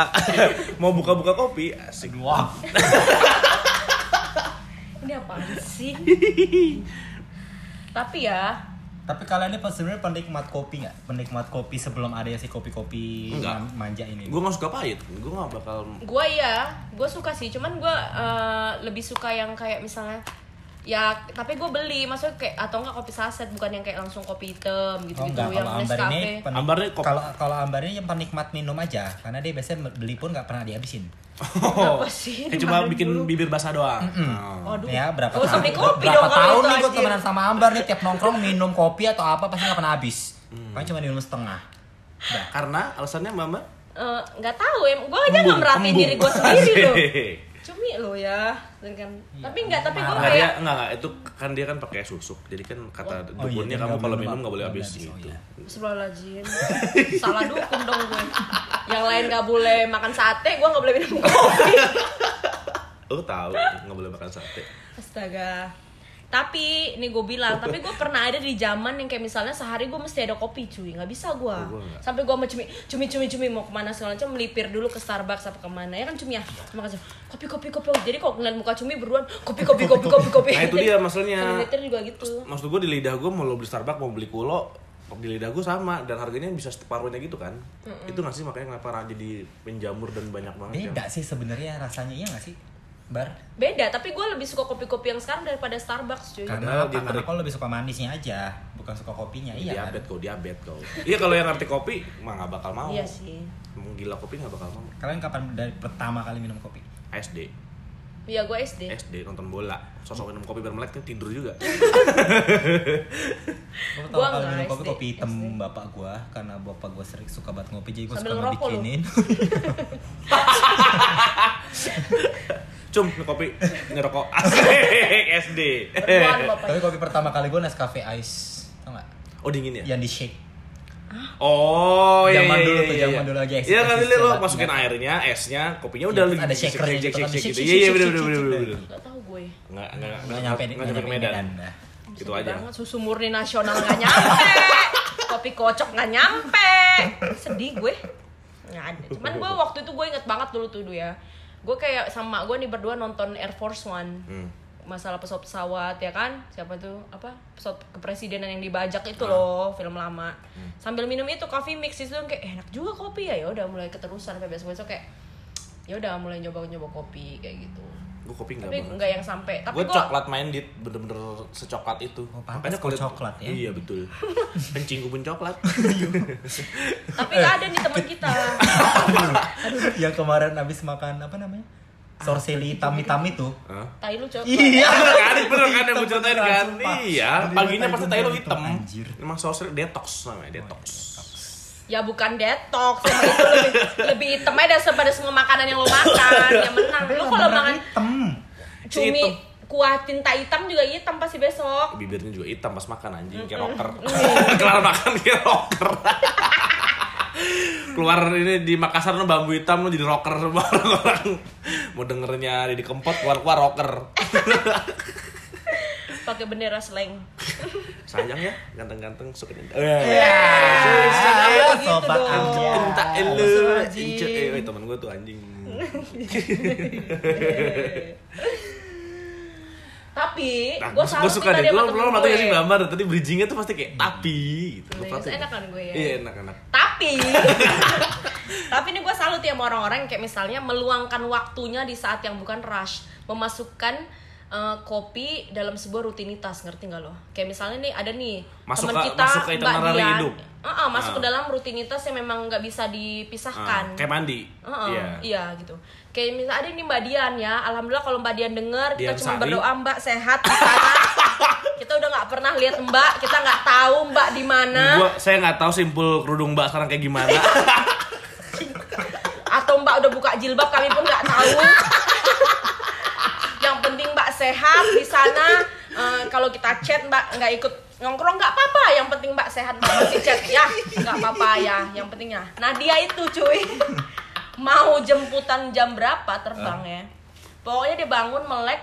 S5: mau buka-buka kopi asik
S2: Wah,
S4: Ini apaan sih? Tapi ya,
S2: Tapi kalian ini sebenarnya penikmat kopi nggak? Penikmat kopi sebelum ada si kopi-kopi
S5: Enggak.
S2: man- manja ini.
S5: gue gak suka pahit gue gak bakal
S4: gue ya gue suka sih cuman gue lebih suka yang kayak misalnya ya tapi gue beli maksudnya kayak atau enggak kopi saset bukan yang kayak langsung kopi hitam gitu
S2: Oh
S4: gitu
S2: enggak,
S4: yang
S2: kalau ambar ini
S4: Nescafe
S2: penik-
S5: Ambar ini kop-
S2: kalau kalau ambar ini yang penikmat minum aja karena dia biasanya beli pun nggak pernah dihabisin.
S4: Kenapa sih?
S5: Eh, cuma bikin bibir basah doang Oh.
S4: waduh
S2: Ya berapa
S4: Gak usah
S2: tahun,
S4: beli kopi
S2: berapa
S4: dong kalau
S2: tahun
S4: itu,
S2: nih gue
S4: anjir.
S2: temenan sama Ambar nih tiap nongkrong minum kopi atau apa pasti nggak pernah habis.
S5: Hmm.
S2: Paling cuma minum setengah. Udah.
S5: karena alasannya mama
S4: Eh, nggak tahu ya gue aja nggak merhatiin
S5: Kembung.
S4: diri gue sendiri loh
S5: Asik.
S4: cumi lo ya dan kan tapi nggak tapi gue
S5: Enggak dia
S4: kayak
S5: enggak enggak itu kan dia kan pakai susuk. Jadi kan
S2: iya.
S5: kata
S2: Oh, iya,
S5: dukunnya
S2: dia
S5: kamu
S2: nggak
S5: kalau
S2: minum
S5: minum nggak boleh
S2: nggak
S5: habis
S2: habis,
S5: gitu.
S2: oh iya.
S4: Bismillahirrahmanirrahim salah dukung dong gue yang lain nggak boleh makan sate gue nggak boleh minum kopi
S5: Lu tahu nggak boleh makan sate.
S4: Astaga. Tapi ini gue bilang, tapi gue pernah ada di zaman yang kayak misalnya sehari gue mesti ada kopi cuy, nggak bisa gue.
S5: Oh, gua nggak.
S4: Sampai gue sama cumi, cumi cumi cumi mau kemana segala macam melipir dulu ke Starbucks apa kemana ya kan cumi ya, cuma kasih kopi kopi kopi. Oh, Jadi kalau ngeliat muka cumi beruan kopi kopi kopi kopi kopi.
S5: Nah, itu dia maksudnya.
S4: Sambil nyetir juga gitu.
S5: Maksud gue di lidah gue mau lo beli Starbucks mau beli kulo di lidah gue sama dan harganya bisa separuhnya gitu kan. Itu nggak sih makanya kenapa Ra jadi penjamur dan banyak banget yang-
S2: Beda sih sebenarnya rasanya iya nggak sih? Bar.
S4: Beda, tapi gue lebih suka kopi kopi yang sekarang daripada Starbucks cuy.
S2: Karena
S5: Padahal Iya, dia
S2: apa? Karena
S5: ngeri-
S2: kau lebih suka manisnya aja, bukan suka kopinya. Iya.
S5: diabet kau, diabet kau. Iya kalau yang ngerti kopi mah nggak bakal mau.
S4: Iya sih.
S5: Emang gila kopi nggak bakal mau.
S2: Kalian kapan dari pertama kali minum kopi?
S5: SD,
S4: Iya gue SD.
S5: SD nonton bola, sosok minum kopi biar melek kan tidur juga.
S2: Gue
S4: Gua
S2: pertama kali
S4: enggak,
S2: minum kopi
S4: SD.
S2: kopi hitam
S4: SD.
S2: bapak gua karena bapak gua sering suka banget ngopi jadi gua
S4: Sambil
S2: suka
S4: ngerokok lu.
S2: bikinin.
S5: Cum, ini kopi, ini rokok. Asik, SD.
S4: Berduaan
S2: Tapi
S4: bapaknya.
S2: kopi pertama kali gua Nescafe Ice, tau nggak?
S5: Oh dingin ya?
S2: Yang di shake.
S5: Oh iya
S2: Zaman
S5: iya,
S2: dulu
S5: iya,
S2: tuh,
S5: iya.
S2: zaman dulu lagi eksis-
S5: Iya kali
S2: eksis
S5: lo
S2: banget.
S5: masukin airnya, esnya, kopinya udah
S2: Iya,
S5: lagi
S2: ada shakernya
S5: shake,
S2: gitu
S5: shake,
S2: kan,
S5: shake,
S2: shake,
S5: gitu.
S2: shake,
S5: Iya iya
S2: shake,
S5: bener
S2: shake,
S5: bener bener.
S2: shake,
S5: bener.
S4: Gak tau gue.
S5: Nggak nggak
S2: Nggak nyampe nggak nyampe ke Medan. dah.
S5: Itu
S4: Sedih
S5: Gitu aja.
S4: banget susu murni nasional nggak nyampe kopi kocok nggak nyampe sedih gue nggak ada cuman gue waktu itu gue inget banget dulu tuh dulu ya gue kayak sama gue nih berdua nonton Air Force One
S5: Hmm.
S4: masalah pesawat pesawat ya kan siapa tuh apa pesawat kepresidenan yang dibajak itu
S5: Hmm.
S4: loh film lama sambil minum itu coffee mix itu kayak "Eh, enak juga kopi ya ya udah mulai keterusan sampai besok besok kayak ya udah mulai nyoba nyoba kopi kayak gitu
S5: Gue kopi nggak
S4: tapi
S5: banget.
S4: nggak yang sampai tapi
S5: Gue
S4: gue
S5: coklat minded, bener-bener secoklat itu.
S2: Oh, pantes kau coklat ya.
S5: Iya betul. Kencing gue pun coklat.
S4: tapi nggak ada nih teman kita
S2: Yang kemarin abis makan apa namanya? Sorseli hitam
S4: gitu?
S2: hitam itu.
S5: Hah?
S4: Tai lu coklat.
S2: Iya.
S5: Bener kan, bener kan yang gue
S2: Hitam
S5: ceritain
S2: beneran,
S5: kan
S2: sumpah.
S5: Iya,
S2: Beneran
S5: paginya
S2: tai
S5: pasti
S2: gua
S5: tai lo
S2: hitam,
S5: hitam
S2: anjir. Oh, iya.
S5: Emang sausnya detox namanya, detox
S4: Ya bukan detox, emang itu lebih, lebih hitam aja daripada semua makanan yang lo makan. Yang menang lu kalau
S2: Beneran
S4: makan
S2: hitam.
S4: cumi
S5: Hitam.
S4: kuah tinta hitam juga hitam pasti besok.
S5: bibirnya juga hitam pas makan anjing kayak rocker kelar makan kayak rocker keluar ini di Makassar lo bambu hitam lo jadi rocker semua orang mau dengernya di kempot keluar keluar rocker
S4: Pakai bendera slang.
S5: sayang ya ganteng-ganteng suka ini
S4: Oh, Jangan
S5: Eh,
S2: Ah,
S4: begitu
S2: Iya. sobat
S4: Gitu dong.
S2: aja.
S5: entah
S4: iya,
S5: elu
S2: Langsung aja.
S5: Ince- eh eh, temen gue tuh anjing
S4: Eh, Tapi
S5: nah,
S4: gue
S5: gue
S4: salut
S5: suka
S4: nih tadi
S5: deh lo
S4: sama
S5: lo
S4: temen ya?
S5: mata
S4: gue.
S5: sih gambar tadi bridgingnya tuh pasti kayak tapi gitu Lo
S4: Terus
S5: perhatiin.
S4: enak kan gue ya?
S5: iya enak enak
S4: Tapi Tapi ini gue salut ya sama orang-orang yang kayak misalnya meluangkan waktunya di saat yang bukan rush Memasukkan eh, kopi dalam sebuah rutinitas ngerti nggak lo? Kayak misalnya nih ada nih
S5: Masuk
S4: teman
S5: ke-
S4: kita
S5: masuk ke
S4: Mbak
S5: itinerary
S4: Dian,
S5: hidup.
S4: Heeh, masuk ke
S5: Ah.
S4: dalam rutinitas yang memang nggak bisa dipisahkan.
S5: kayak mandi.
S4: Heeh,
S5: Iya.
S4: Iya gitu. Kayak misalnya ada nih Mbak Dian ya. Alhamdulillah kalau Mbak Dian dengar kita
S5: Dian
S4: cuma
S5: Sari.
S4: berdoa Mbak sehat di sana. kita udah nggak pernah lihat Mbak, kita nggak tahu Mbak di mana
S5: Gua saya nggak tahu simpul kerudung Mbak sekarang kayak gimana.
S4: atau Mbak udah buka jilbab kami pun nggak tahu. Yang penting Mbak sehat di sana. Eh, kalau kita chat Mbak nggak ikut nongkrong nggak apa-apa. Yang penting Mbak sehat Mbak masih chat ya nggak apa-apa ya. Yang pentingnya. Nah dia itu cuy mau jemputan jam berapa terbang ya? Pokoknya dia bangun melek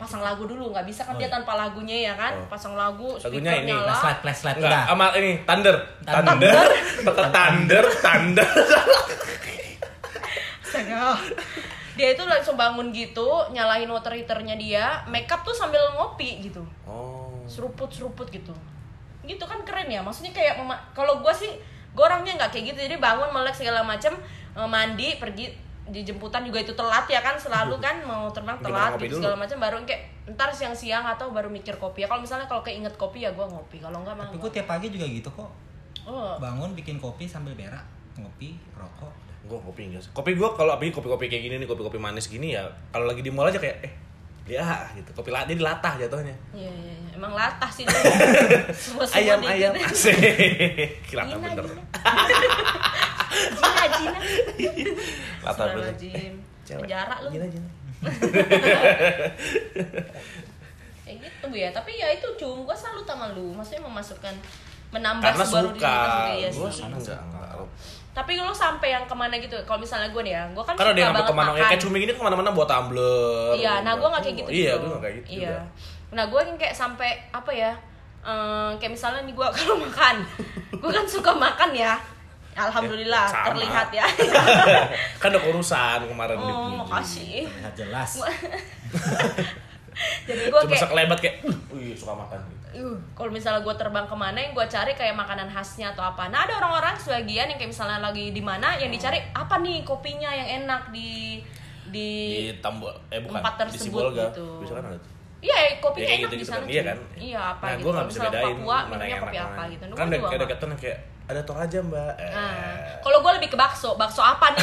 S4: pasang lagu dulu nggak bisa kan dia tanpa lagunya ya kan pasang lagu
S5: Oh, iya. Lagunya
S4: speaker
S5: ini,
S4: nyala.
S2: Flashlight, flashlight
S5: Enggak,
S2: udah.
S5: sama ini thunder. Thunder. Thunder, thunder, thunder.
S4: Astaga. dia itu langsung bangun gitu nyalain water heaternya dia makeup tuh sambil ngopi gitu
S5: Oh.
S4: seruput seruput gitu gitu kan keren ya maksudnya kayak mema- kalau gua sih gua orangnya nggak kayak gitu jadi bangun melek segala macem eh, mandi pergi dijemputan juga itu telat ya kan selalu kan mau terbang
S5: Kita
S4: telat
S5: ngopi
S4: gitu
S5: dulu.
S4: segala macam baru kayak ntar siang-siang atau baru mikir kopi ya kalau misalnya kalau keinget kopi ya gua ngopi kalau enggak mah
S2: Tapi gue
S4: enggak.
S2: tiap pagi juga gitu kok.
S4: oh
S2: Bangun bikin kopi sambil berak, ngopi, rokok.
S5: Gue kopi enggak sih. Kopi gue kalau apalagi kopi-kopi kayak gini nih, kopi-kopi manis gini ya. Kalau lagi di mall aja kayak eh dia gitu. Kopi la- dia dilatah jatuhnya.
S4: iya iya iya. emang latah sih dia. Semua-semua
S5: Ayam
S4: dia
S5: ayam
S4: gitu.
S5: asik. Latah
S4: Gina,
S5: bener.
S4: Gina, Gina.
S5: Latah bener.
S4: Astagfirullahaladzim.
S5: cewek.
S4: Penjara lu.
S5: Gina Gina.
S4: Kayak gitu ya, tapi ya itu cum, gua salut sama lu. Maksudnya memasukkan menambah
S5: Karena
S4: sebuah
S5: suka.
S4: rutinitas gitu ya
S5: Gue
S4: sih.
S5: sih enggak enggak.
S4: Tapi lu sampai yang kemana gitu? Kalau misalnya gue nih ya, gue kan
S5: Karena
S4: suka
S5: dia ngambil
S4: banget
S5: kemana ya
S4: makan.
S5: kayak cumi gini kemana-mana buat tumbler.
S4: Iya, nah gue gak kayak gitu.
S5: Iya,
S4: gitu.
S5: gue gak kayak gitu.
S4: Iya.
S5: juga.
S4: Nah gue yang kayak sampai apa ya? eh, kayak misalnya nih gue kalau makan, gue kan suka makan ya. Alhamdulillah
S5: Eh, sama.
S4: terlihat ya.
S5: kan ada urusan kemarin di
S4: oh, makasih.
S2: Terlihat jelas.
S4: Jadi gue
S5: Cuma
S4: kayak
S5: sekelebat kayak, "Uh, wih suka makan gitu.
S4: "Uh, kalau misalnya gue terbang kemana yang gue cari kayak makanan khasnya atau apa nah ada orang-orang sebagian yang kayak misalnya lagi di mana yang dicari apa nih kopinya yang enak di di
S5: Di tambol, eh bukan,
S4: Tempat
S5: di
S4: tersebut
S5: Sibolga.
S4: gitu.
S5: Bisa kan ada tuh.
S4: iya kopinya
S5: kayak
S4: enak di
S5: gitu-gitu
S4: sana
S5: kan. Iya
S4: cuy.
S5: kan?
S4: iya apa
S5: nah,
S4: gitu
S5: gue
S4: Kalau
S5: gak bisa
S4: misalnya
S5: bedain
S4: Papua
S5: mana
S4: minumnya
S5: yang
S4: kopi
S5: enak
S4: apa
S5: mana.
S4: gitu Nah, gua
S5: Kan
S4: juga
S5: dekat
S4: nggak.
S5: dekatan kayak, ada tol aja mbak. Eh,
S4: Nah, kalau gue lebih ke bakso, bakso apa nih?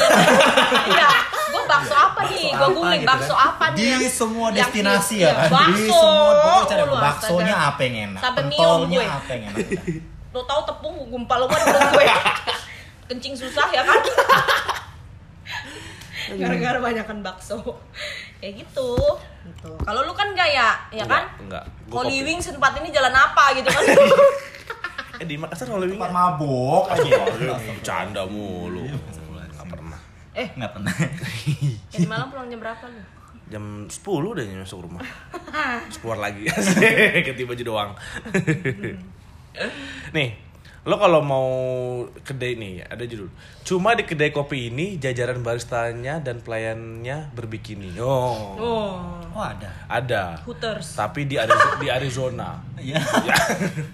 S4: Iya, gue bakso apa nih? Gue
S2: apa
S4: googling
S2: gitu kan.
S4: bakso apa nih?
S2: Di semua
S4: Yang
S2: destinasi
S4: iya,
S2: ya kan? Di
S4: Bakso.
S2: semua pokoknya cari
S4: Waduh,
S2: baksonya
S4: astaga.
S2: apa yang enak,
S4: Sampai nium
S2: pentolnya
S4: gue.
S2: apa yang enak. udah.
S4: Lo tau tepung gue gumpal lo kan mulut gue. Kencing susah ya kan? Gara-gara banyakan bakso. Kayak gitu. gitu. Kalau lu kan gak ya, ya kan?
S5: Enggak. enggak. Gua
S4: Holy
S5: kopi.
S4: Wings tempat ini jalan apa gitu kan?
S5: Eh di Makassar Holy Wing.
S2: Tempat Iya, mabok aja.
S5: Bercanda mulu. Enggak pernah.
S2: eh, nggak pernah.
S4: Jadi malam pulang jam berapa lu?
S5: Jam 10 udah masuk rumah. Terus keluar lagi. Ganti baju doang. nih, lo kalau mau kedai nih ada judul. Cuma di kedai kopi ini jajaran baristanya dan pelayannya berbikini. Oh.
S4: Oh,
S2: Oh ada.
S5: Ada.
S4: Hooters.
S5: Tapi di Ari- di Arizona.
S2: Iya.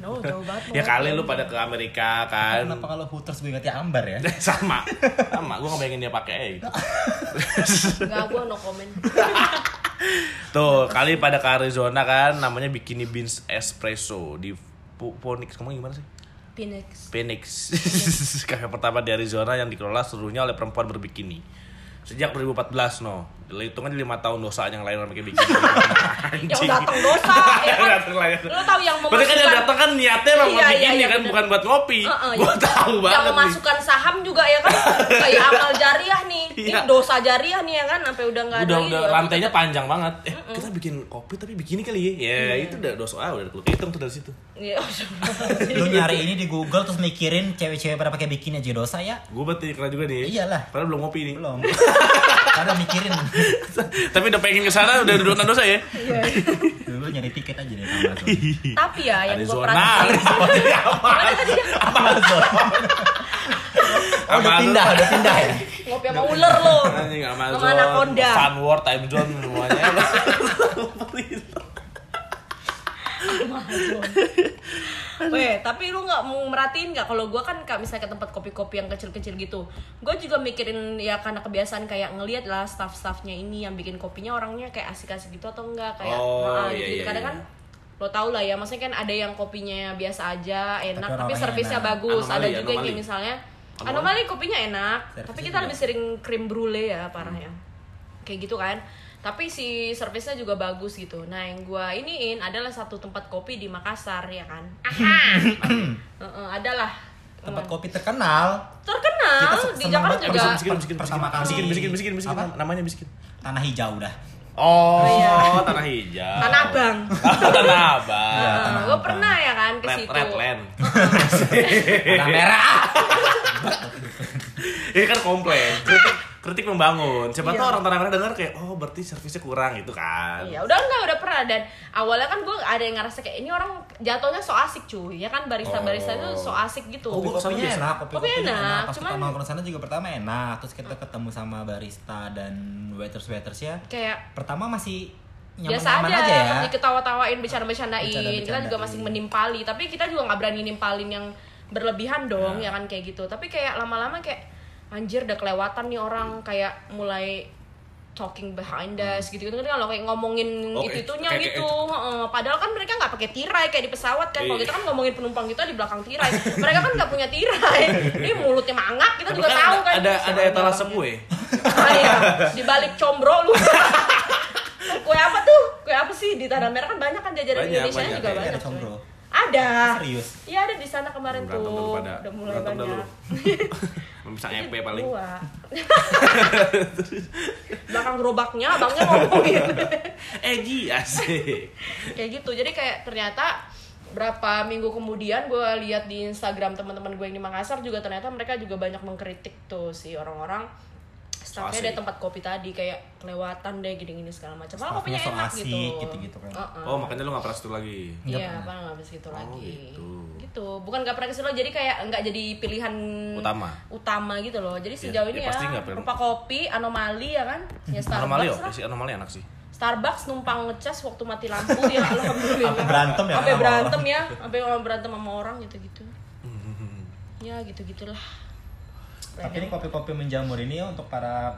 S4: No, jauh banget.
S5: ya kali lu pada ke Amerika kan.
S2: Kenapa kalau Hooters gue ingatnya Ambar ya?
S5: sama. Sama, gua ngebayangin dia pakai. eh, gitu.
S4: Enggak, gue no comment.
S5: Tuh, kali pada ke Arizona kan namanya Bikini Beans Espresso di Pu- Phoenix. Kamu gimana sih?
S4: Phoenix.
S5: Phoenix. Kafe pertama di Arizona yang dikelola seluruhnya oleh perempuan berbikini. Sejak 2014 no. Hitungan 5 tahun dosa yang lain orang pakai bikini.
S4: yang
S5: Anjing.
S4: datang dosa ya
S5: Yang
S4: kan
S5: datang lain.
S4: lo tau yang
S5: Berarti kan yang
S4: memasukkan
S5: datang kan niatnya emang buat
S4: Iya, iya,
S5: bikini
S4: iya,
S5: kan
S4: bener.
S5: bukan buat ngopi.
S4: Heeh, iya.
S5: Gua
S4: yang-
S5: tahu
S4: yang
S5: banget. nih.
S4: memasukkan saham juga ya kan kayak amal jariah nih
S5: Iya.
S4: ini dosa jariah nih ya kan sampai udah nggak ada
S5: udah
S4: ini
S5: udah
S4: ya.
S5: lantainya panjang banget. Eh, kita bikin kopi tapi bikini kali ya. Ya, itu udah dosa ah, udah hitung tuh dari situ.
S4: Iya,
S2: Lu nyari ini di Google terus mikirin cewek-cewek pada pakai bikini aja dosa ya?
S5: Gue berarti kena juga nih. ya.
S2: Iyalah.
S5: Padahal belum ngopi nih.
S2: Belum. Karena mikirin.
S5: Tapi udah pengen ke sana udah duduk dosa ya.
S2: Dulu nyari tiket aja deh sama Amazon.
S4: tapi ya yang gue
S5: Arizona.
S4: perhatiin
S2: Oh, udah
S5: Amazon.
S2: pindah, udah pindah ya.
S4: ngopi sama ular lo
S5: Anjing Amazon.
S4: sama anaconda
S5: Sun World, Time Zone semuanya.
S4: Weh, tapi lu nggak mau merhatiin nggak kalau gua kan kayak misalnya ke tempat kopi-kopi yang kecil-kecil gitu. Gua juga mikirin ya karena kebiasaan kayak ngelihat lah staff-staffnya ini yang bikin kopinya orangnya kayak asik-asik gitu atau enggak kayak
S5: Oh,
S4: nah,
S5: iya,
S4: gitu.
S5: iya,
S4: Kadang
S5: iya.
S4: kan lo tau lah ya, maksudnya kan ada yang kopinya biasa aja, enak, tapi,
S2: orang-orangnya
S4: servisnya
S2: enak.
S4: bagus. ada juga
S5: Anomali,
S4: yang
S5: anomali.
S4: kayak misalnya
S5: Anomali.
S4: anomali, kopinya enak, tapi
S2: Servisnya
S4: kita
S2: juga.
S4: lebih sering krim brulee
S2: Hmm.
S4: ya parahnya. Kayak gitu kan. Tapi si servisnya juga bagus gitu. Nah, yang gua iniin adalah satu tempat kopi di Makassar ya kan. Aha. Heeh, adalah
S2: Tempat kopi terkenal
S4: terkenal
S2: Kita se-
S4: di
S2: seneng
S4: Jakarta
S2: banget
S4: juga.
S2: kalau
S5: Bisikin, bisikin,
S2: Pertama
S5: bisikin,
S2: kali.
S5: bisikin, bisikin, bisikin, bisikin,
S2: Apa?
S5: namanya bisikin.
S2: tanah hijau dah.
S5: Oh, tanah hijau.
S4: iya. Tanah Abang.
S5: tanah abang.
S4: Heeh,
S2: Tanah
S4: gua
S2: Abang.
S4: pernah ya kan ke
S5: Red,
S4: situ.
S5: red land.
S2: Tanah merah. Ah!
S5: Ini kan komplain, kritik, kritik membangun. Siapa
S4: Iya.
S5: tahu orang tanah merah dengar kayak, oh berarti servisnya kurang gitu kan.
S4: Iya, udah enggak udah pernah dan awalnya kan gue ada yang ngerasa kayak ini orang jatuhnya so asik cuy, ya kan barista-barista itu so asik gitu.
S2: Kopi kopinya
S5: biasa.
S2: Oh. enak, kopi
S4: Kopinya
S2: kopinya
S4: enak,
S2: enak. Pas kita
S4: cuman-
S2: nongkrong sana juga pertama enak. Terus kita ketemu sama barista dan waiters waiters ya.
S4: Kayak
S2: Pertama masih nyaman
S4: biasa
S2: nyaman
S4: aja,
S2: aja ya.
S4: diketawa-tawain bercanda-bercandain kita
S2: Bercanda-bercandain.
S4: juga masih menimpali tapi kita juga nggak berani nimpalin yang berlebihan dong
S5: Iya.
S4: ya kan kayak gitu tapi kayak lama-lama kayak anjir udah kelewatan nih orang kayak mulai talking behind us gitu gitu kan kalau kayak ngomongin
S5: Oke,
S4: itu itunya
S5: Hmm. Oh, kayak-
S4: gitu Heeh, padahal kan mereka nggak pakai tirai kayak di pesawat kan kalau
S5: Iya.
S4: kita kan ngomongin penumpang kita di belakang tirai mereka kan nggak punya tirai ini mulutnya mangap kita juga tahu kan
S5: ada
S4: Bisa
S5: ada
S4: orang
S5: etalase
S4: orangnya.
S5: kue.
S4: Ah, iya. di balik combro lu. kue apa tuh? Kue apa sih di tanah merah kan banyak kan jajanan
S5: Banyak,
S4: Indonesia
S5: banyak.
S4: juga
S5: Iya,
S4: banyak.
S2: ada combro.
S4: cuy. Ada.
S2: Serius.
S4: Iya ada di sana kemarin
S5: Berantem
S4: tuh.
S5: dulu pada-
S4: Udah mulai
S5: berantem dulu.
S4: banyak.
S5: Bisa ngepe paling.
S4: Dua. Belakang gerobaknya abangnya ngomongin.
S5: Egi asik.
S4: kayak gitu. Jadi kayak ternyata berapa minggu kemudian gue lihat di Instagram teman-teman gue yang di Makassar juga ternyata mereka juga banyak mengkritik tuh si orang-orang
S5: Asik.
S4: staffnya dari tempat kopi tadi kayak kelewatan deh gini-gini segala macam.
S2: Staffnya
S4: Malah kopinya
S2: so
S4: enak
S2: asik,
S4: gitu.
S2: gitu-gitu kan.
S4: Heeh.
S5: Oh makanya lu gak pernah situ lagi.
S4: Iya, apa nggak habis gitu lagi.
S5: gitu.
S4: Gitu. Bukan nggak pernah kesini jadi kayak nggak jadi pilihan
S5: Utama.
S4: utama gitu loh. Jadi sejauh
S5: ya
S4: ini ya,
S5: pasti nggak pernah.
S4: rupa kopi anomali ya kan. Ya Starbucks
S5: Anomali oh,
S4: lah.
S5: sih anomali anak sih.
S4: Starbucks numpang ngecas waktu mati lampu ya alhamdulillah.
S2: Sampai berantem ya,
S4: Sampai
S2: sama
S4: berantem ya, sampai orang berantem sama orang gitu-gitu. Ya gitu-gitulah.
S2: Tapi ini kopi-kopi menjamur ini ya untuk para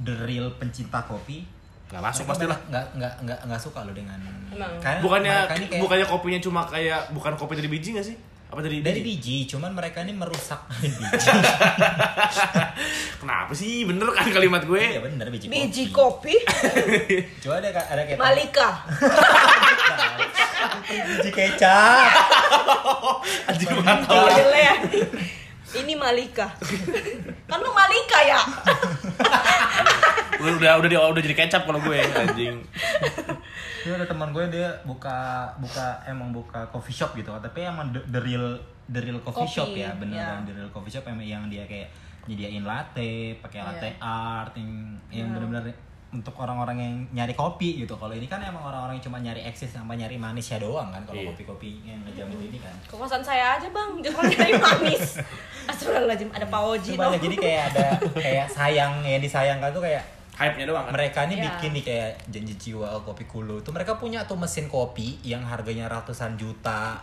S2: the real pencinta kopi.
S5: Gak masuk pastilah.
S2: Nggak nggak nggak nggak suka lo dengan.
S4: Emang.
S2: Karena
S5: Bukannya
S2: mereka ini kayak
S5: bukannya kopinya cuma kayak bukan kopi dari biji gak sih? Apa dari,
S2: dari biji,
S5: biji?
S2: cuman mereka ini merusak biji.
S5: Kenapa sih? Bener kan kalimat
S2: Iya
S5: gue?
S2: benar biji,
S4: Biji kopi
S2: Coba ada ada kayak
S4: Malika.
S2: biji kecap.
S5: Anjing
S4: Oh,
S5: banget.
S4: gile ya. Ini Malika. kan lu Malika ya?
S5: Udah udah udah, udah jadi kecap kalau gue anjing.
S2: Dia ada teman gue dia buka buka emang buka coffee shop gitu, tapi emang the, the real the real coffee
S4: Kopi,
S2: shop ya, beneran
S4: iya.
S2: the real coffee shop emang yang dia kayak nyediain latte, pakai latte
S4: Iya.
S2: art yang, yang bener-bener untuk orang-orang yang nyari kopi gitu. Kalau ini kan emang orang-orang yang cuma nyari eksis sama nyari manisnya doang kan kalau
S5: Iya.
S2: kopi-kopi yang ngejamur ini kan.
S4: Ke kosan saya aja bang, jangan nyari manis. Astagfirullahaladzim, ada Pak
S2: Itu
S4: Oji dong.
S2: banyak jadi kayak ada kayak sayang yang disayangkan tuh kayak
S5: Hype-nya doang kan.
S2: mereka nih
S4: Iya.
S2: bikin nih kayak janji jiwa kopi kulu tuh mereka punya tuh mesin kopi yang harganya ratusan juta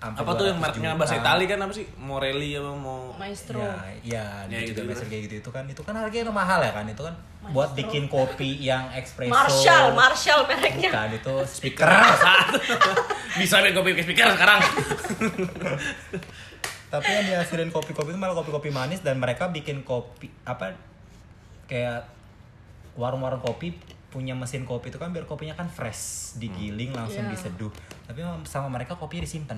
S2: sampai
S5: Apa tuh yang
S2: 200
S5: mereknya
S2: juta.
S5: bahasa Itali kan apa sih? Morelli apa mau
S4: Iya, Maestro.
S2: ya ya, dia
S5: Ya,
S2: juga
S5: gitu-gitu.
S2: mesin kayak gitu itu kan itu kan harganya mahal ya kan itu kan buat bikin kopi yang espresso
S4: Marshall, Marshall mereknya.
S2: kan itu speaker
S5: Bisa deh kopi ke speaker sekarang.
S2: tapi yang dihasilin kopi-kopi itu malah kopi-kopi manis dan mereka bikin kopi apa kayak warung-warung kopi punya mesin kopi itu kan biar kopinya kan fresh digiling langsung
S4: Iya.
S2: diseduh tapi sama mereka kopinya disimpan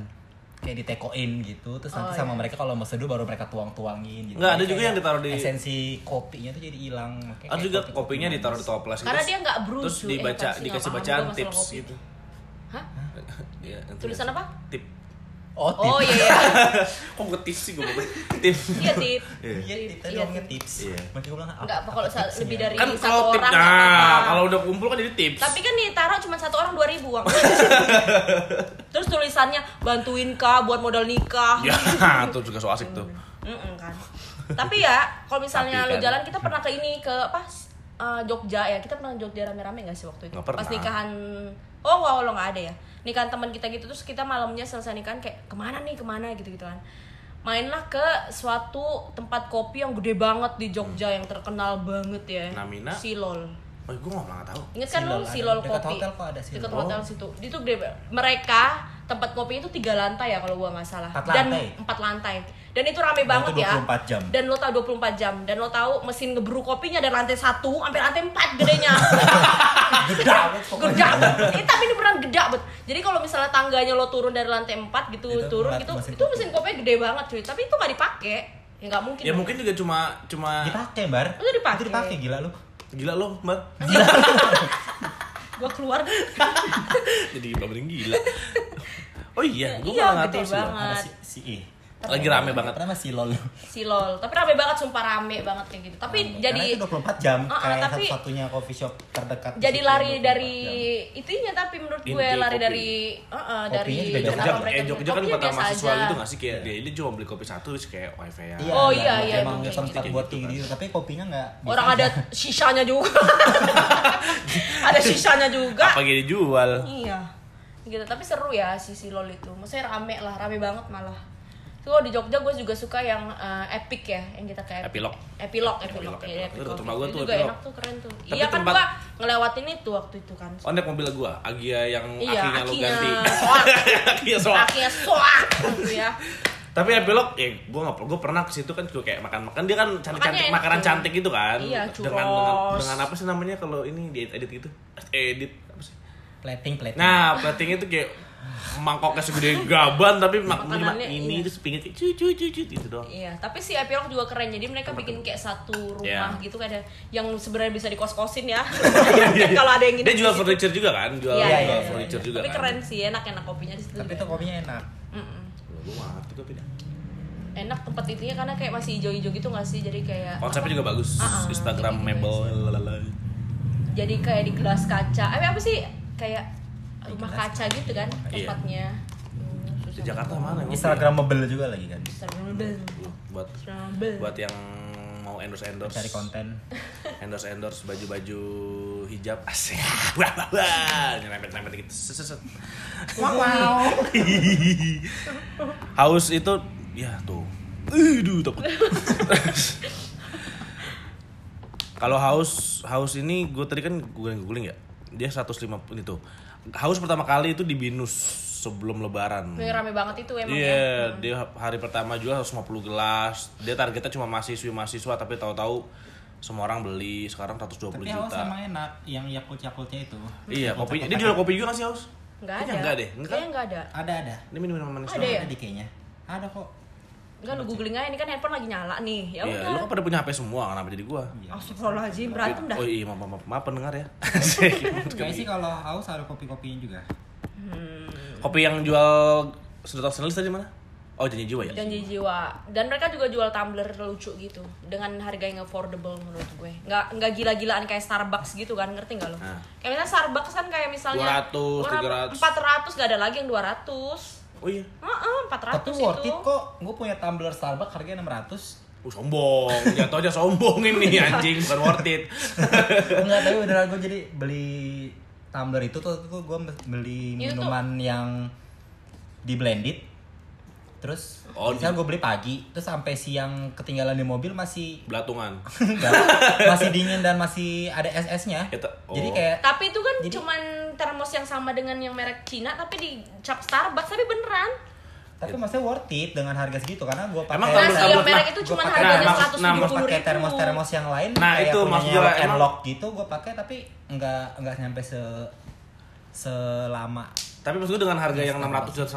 S2: kayak ditekoin gitu terus nanti
S4: Oh,
S2: sama
S4: iya.
S2: mereka kalau mau seduh baru mereka tuang-tuangin gitu
S5: Nggak, ada
S2: Jadi
S5: juga
S2: kayak
S5: yang ditaruh di-
S2: esensi kopinya tuh jadi hilang Makanya
S5: Ada
S2: kayak
S5: juga
S2: kopi-kopi
S5: kopinya
S2: manis.
S5: ditaruh di toples gitu.
S4: Karena dia nggak brew,
S5: Terus
S4: cuy. Eh,
S5: dibaca
S4: pasti nggak
S5: dikasih
S4: paham
S5: bacaan
S4: gua masalah
S5: tips
S4: kopi.
S5: gitu.
S4: Hah?
S5: Iya, nanti
S4: Tulisan
S5: baca.
S4: apa?
S5: Tip.
S2: oh,
S4: Oh
S2: tips.
S4: iya iya.
S5: Kok gue tips sih gue baca? Tip.
S4: Iya tip.
S2: iya tip tadi
S4: Iya,
S2: ngomongnya
S4: tip.
S2: tips
S5: Iya.
S2: Makin ulang apa-
S4: Nggak, kalau
S2: apa
S4: sa-
S2: tipsnya?
S4: lebih dari
S5: Kan
S4: satu
S5: kalau tip
S4: orang nggak
S5: nah,
S4: apa-apa.
S5: kalau udah kumpul kan jadi tips.
S4: Tapi kan ditaruh cuma satu orang dua ribu uang. Terus tulisannya bantuin kak buat modal nikah.
S5: Ya, tuh juga so asik tuh.
S4: Mm-mm, kan. Tapi ya kalau misalnya
S5: Tapi
S4: lo
S5: kan.
S4: jalan kita pernah ke ini ke pas eh, Jogja ya kita pernah Jogja rame-rame gak sih waktu itu
S5: Nggak pernah.
S4: pas nikahan oh wow lo nggak ada ya nikahan teman kita gitu terus kita malamnya selesai nikahan kayak kemana nih kemana gitu gitu kan mainlah ke suatu tempat kopi yang gede banget di Jogja yang terkenal banget ya
S5: Namina?
S4: Silol
S5: Oh, gue nggak pernah tahu.
S4: Ingat kan
S2: Silol
S4: lu
S2: ada.
S4: Silol
S2: Dekat
S4: Kopi?
S2: hotel kok ada Oh. Silol.
S4: Dekat hotel situ. Itu gede banget. Mereka tempat kopi itu tiga lantai ya kalau gua nggak salah.
S2: Empat
S4: Dan
S2: lantai.
S4: empat lantai. Dan itu
S2: Dan
S4: rame banget
S2: itu
S4: ya.
S2: 24 jam.
S4: Dan lo tau 24 jam. Dan lo tau mesin ngebrew kopinya dari lantai satu sampai lantai empat gedenya.
S2: Geda banget pokoknya.
S4: gedak banget. Eh, tapi ini beneran gedak bet. Jadi kalau misalnya tangganya lo turun dari lantai empat gitu
S2: Itu
S4: turun
S2: mesin
S4: gitu,
S2: kopi.
S4: itu mesin kopinya gede banget cuy. Tapi itu nggak dipakai. Ya nggak mungkin.
S5: Ya mungkin juga cuma cuma
S2: Dipakai, Bar.
S4: Itu dipakai.
S2: Itu dipakai gila lu.
S5: gila lo, Mbak.
S4: Gua keluar.
S5: Jadi paling gila. Oh iya, gue
S4: Iya,
S5: malah
S4: gede
S5: nggak tahu sih. Bang.
S2: Ada
S4: banget.
S2: si si E. I.
S5: Lagi rame banget.
S2: Pertama si lol.
S4: Silol. Tapi rame banget sumpah rame banget kayak gitu. Tapi jadi
S2: Karena itu 24 jam
S4: Ah, ah,
S2: kayak
S4: tapi-
S2: satu-satunya coffee shop terdekat. di
S4: jadi
S2: situ
S4: lari
S2: 24
S4: dari
S2: jam.
S4: itunya tapi menurut gue
S5: Inti
S4: lari
S5: kopi.
S4: dari uh, uh, dari
S2: Kopinya juga
S5: Jogja,
S4: kenapa mereka
S5: eh Jogja kan
S4: kopinya
S5: kota
S4: biasa
S5: mahasiswa
S4: aja.
S5: gitu nggak sih kayak dia ini cuma beli kopi satu terus kayak wifi ya.
S4: Oh,
S2: nggak-
S4: iya,
S2: nggak-
S4: iya,
S2: Emang
S4: emang
S2: dia
S4: kayak
S2: tempat
S5: gitu.
S2: buat tinggi gitu, tapi kopinya nggak.
S4: orang ada sisanya juga ada sisanya juga
S5: Apa gini dijual?
S4: iya gitu tapi seru ya si silol itu maksudnya rame lah rame banget malah Terus kalau di Jogja gue juga suka yang uh, epic ya yang kita kayak
S5: Epilog.
S4: epilog epilog,
S5: Epilog,
S4: ya, Epic
S5: Epilog. Itu dekat
S4: Coffee.
S5: rumah gua
S4: Itu
S5: tuh,
S4: juga
S5: Epilog.
S4: enak tuh keren tuh
S5: Tapi
S4: iya kan
S5: tempat-
S4: gua ngelewatin itu waktu itu kan
S5: Oh, naik mobil gua, Agia yang
S4: Iya,
S5: akinya lu
S4: akinya.
S5: ganti.
S4: Soak.
S5: akinya soak.
S4: akhirnya soak gitu ya
S5: Tapi epilog, ya gue nggak gue pernah ke situ kan gue kayak makan-makan dia kan
S4: Makannya
S5: cantik-cantik
S4: enak
S5: makanan
S4: tuh.
S5: cantik gitu kan.
S4: Iya,
S5: dengan, dengan
S4: churros.
S5: dengan apa sih namanya kalau ini diedit edit gitu? Edit apa sih?
S2: plating plating.
S5: Nah, platingnya tuh kayak mangkoknya segede gaban tapi maknanya
S4: Makanannya,
S5: ini
S4: iya.
S5: terus pinggir kayak cucu cucu gitu doang.
S4: Iya, tapi si Epilog juga keren. Jadi mereka bikin kayak satu rumah
S5: Iya.
S4: gitu kan ada- yang sebenarnya bisa dikos-kosin ya. Kalau ada yang
S5: Dia
S4: nginep
S5: jual
S4: di situ.
S5: furniture juga kan, jual
S4: Iya,
S5: jual
S4: iya, iya.
S5: furniture juga
S4: Tapi
S5: kan.
S4: keren sih, enak-enak kopinya di situ.
S2: Tapi itu kopinya enak.
S4: Mm-mm.
S5: Gue mah ngerti kopi dah.
S4: Enak tempat itunya karena kayak masih hijau-hijau gitu nggak sih? Jadi kayak
S5: Konsepnya juga bagus,
S4: Ah, ah,
S5: Instagram
S4: jadi
S5: mebel. lalala.
S4: jadi kayak di gelas kaca. Eh apa sih? Kayak
S2: Di
S4: rumah
S2: gelas
S4: kaca gitu kan
S5: Iya.
S4: tempatnya. Hmm,
S5: Di
S4: susah.
S5: Jakarta mana? emang?
S2: Instagramable juga lagi kan.
S4: Instagramable.
S5: Buat
S4: Instagramable.
S5: buat yang mau endorse endorse
S2: Cari konten.
S5: endorse endorse baju baju hijab asik wah wah wah nyerempet nyerempet gitu Set, set, set.
S2: Wow. wow.
S5: haus itu ya tuh Aduh takut kalau haus haus ini gue tadi kan googling googling ya dia 150 itu haus pertama kali itu di binus sebelum lebaran
S4: Kayak rame banget itu emang
S5: Iya,
S4: ya.
S5: dia hari pertama jual 150 gelas. Dia targetnya cuma mahasiswa-mahasiswa tapi tahu-tahu semua orang beli sekarang 120
S2: Tapi haus
S5: juta.
S2: sama enak yang yakult yakultnya itu.
S5: Iya, kopi. Dia jual kopi juga gak sih, Haus?
S4: Enggak ada.
S5: Kayaknya nggak deh, ini kan-
S4: Kayaknya nggak ada.
S2: Ada ada.
S5: Ini minuman manis
S4: Ada
S5: doang.
S4: ya?
S2: Ada deh kayaknya. Ada kok.
S4: Enggak lu googling aja ini kan handphone lagi nyala nih. Ya
S5: Iya, lu
S4: udah.
S5: kan pada punya HP semua, kenapa jadi gua?
S4: Astagfirullahaladzim, berantem dah.
S5: Oh iya, maaf, maaf, maaf pendengar ya.
S2: Kayaknya sih kalau haus ada kopi-kopinya juga.
S5: kopi yang jual sedotan stainless tadi mana? Oh, janji jiwa ya?
S4: Janji jiwa. Dan mereka juga jual tumbler lucu gitu dengan harga yang affordable menurut gue. Nggak nggak gila-gilaan kayak Starbucks gitu kan, ngerti nggak lo?
S5: Nah.
S4: Kayak misalnya Starbucks kan kayak misalnya
S5: 200, 300.
S4: 400 nggak ada lagi yang 200.
S5: Oh iya.
S4: Heeh, 400
S2: Tapi
S4: itu.
S2: worth it kok. Gue punya tumbler Starbucks harganya 600.
S5: Uh, sombong. Jatuh aja sombong ini anjing, bukan worth it.
S2: Enggak, tapi beneran gue jadi beli tumbler itu tuh gue beli
S4: Itu Iya, tuh.
S2: minuman yang di blended. Terus
S5: Oh,
S2: misalnya gue beli pagi, terus sampai siang ketinggalan di mobil masih
S5: Belatungan.
S2: enggak, masih dingin dan masih ada SS-nya.
S5: Itu-
S2: Jadi
S5: oh.
S2: kayak
S4: Tapi itu kan
S2: Jadi-
S4: cuman termos yang sama dengan yang merek Cina tapi dicap Starbucks tapi beneran.
S2: tapi maksudnya worth it dengan harga segitu karena gue pakai
S5: Emang
S4: Nah,
S5: tumbler-
S4: si yang
S5: tumbler-
S4: merek
S5: nah,
S4: itu
S2: gua
S4: cuman
S2: pakai-
S4: harganya
S5: nah, maksud- nah,
S2: gue
S4: 170
S2: pakai
S4: ribu.
S2: termos-termos yang lain
S5: Nah,
S2: kayak
S5: itu
S2: punyanya
S5: maksud gua,
S2: Lock and
S5: emang-
S2: lock gitu gue pakai tapi enggak enggak nyampe se selama
S5: Tapi maksud gue dengan
S4: Iya,
S5: harga yang 600 dan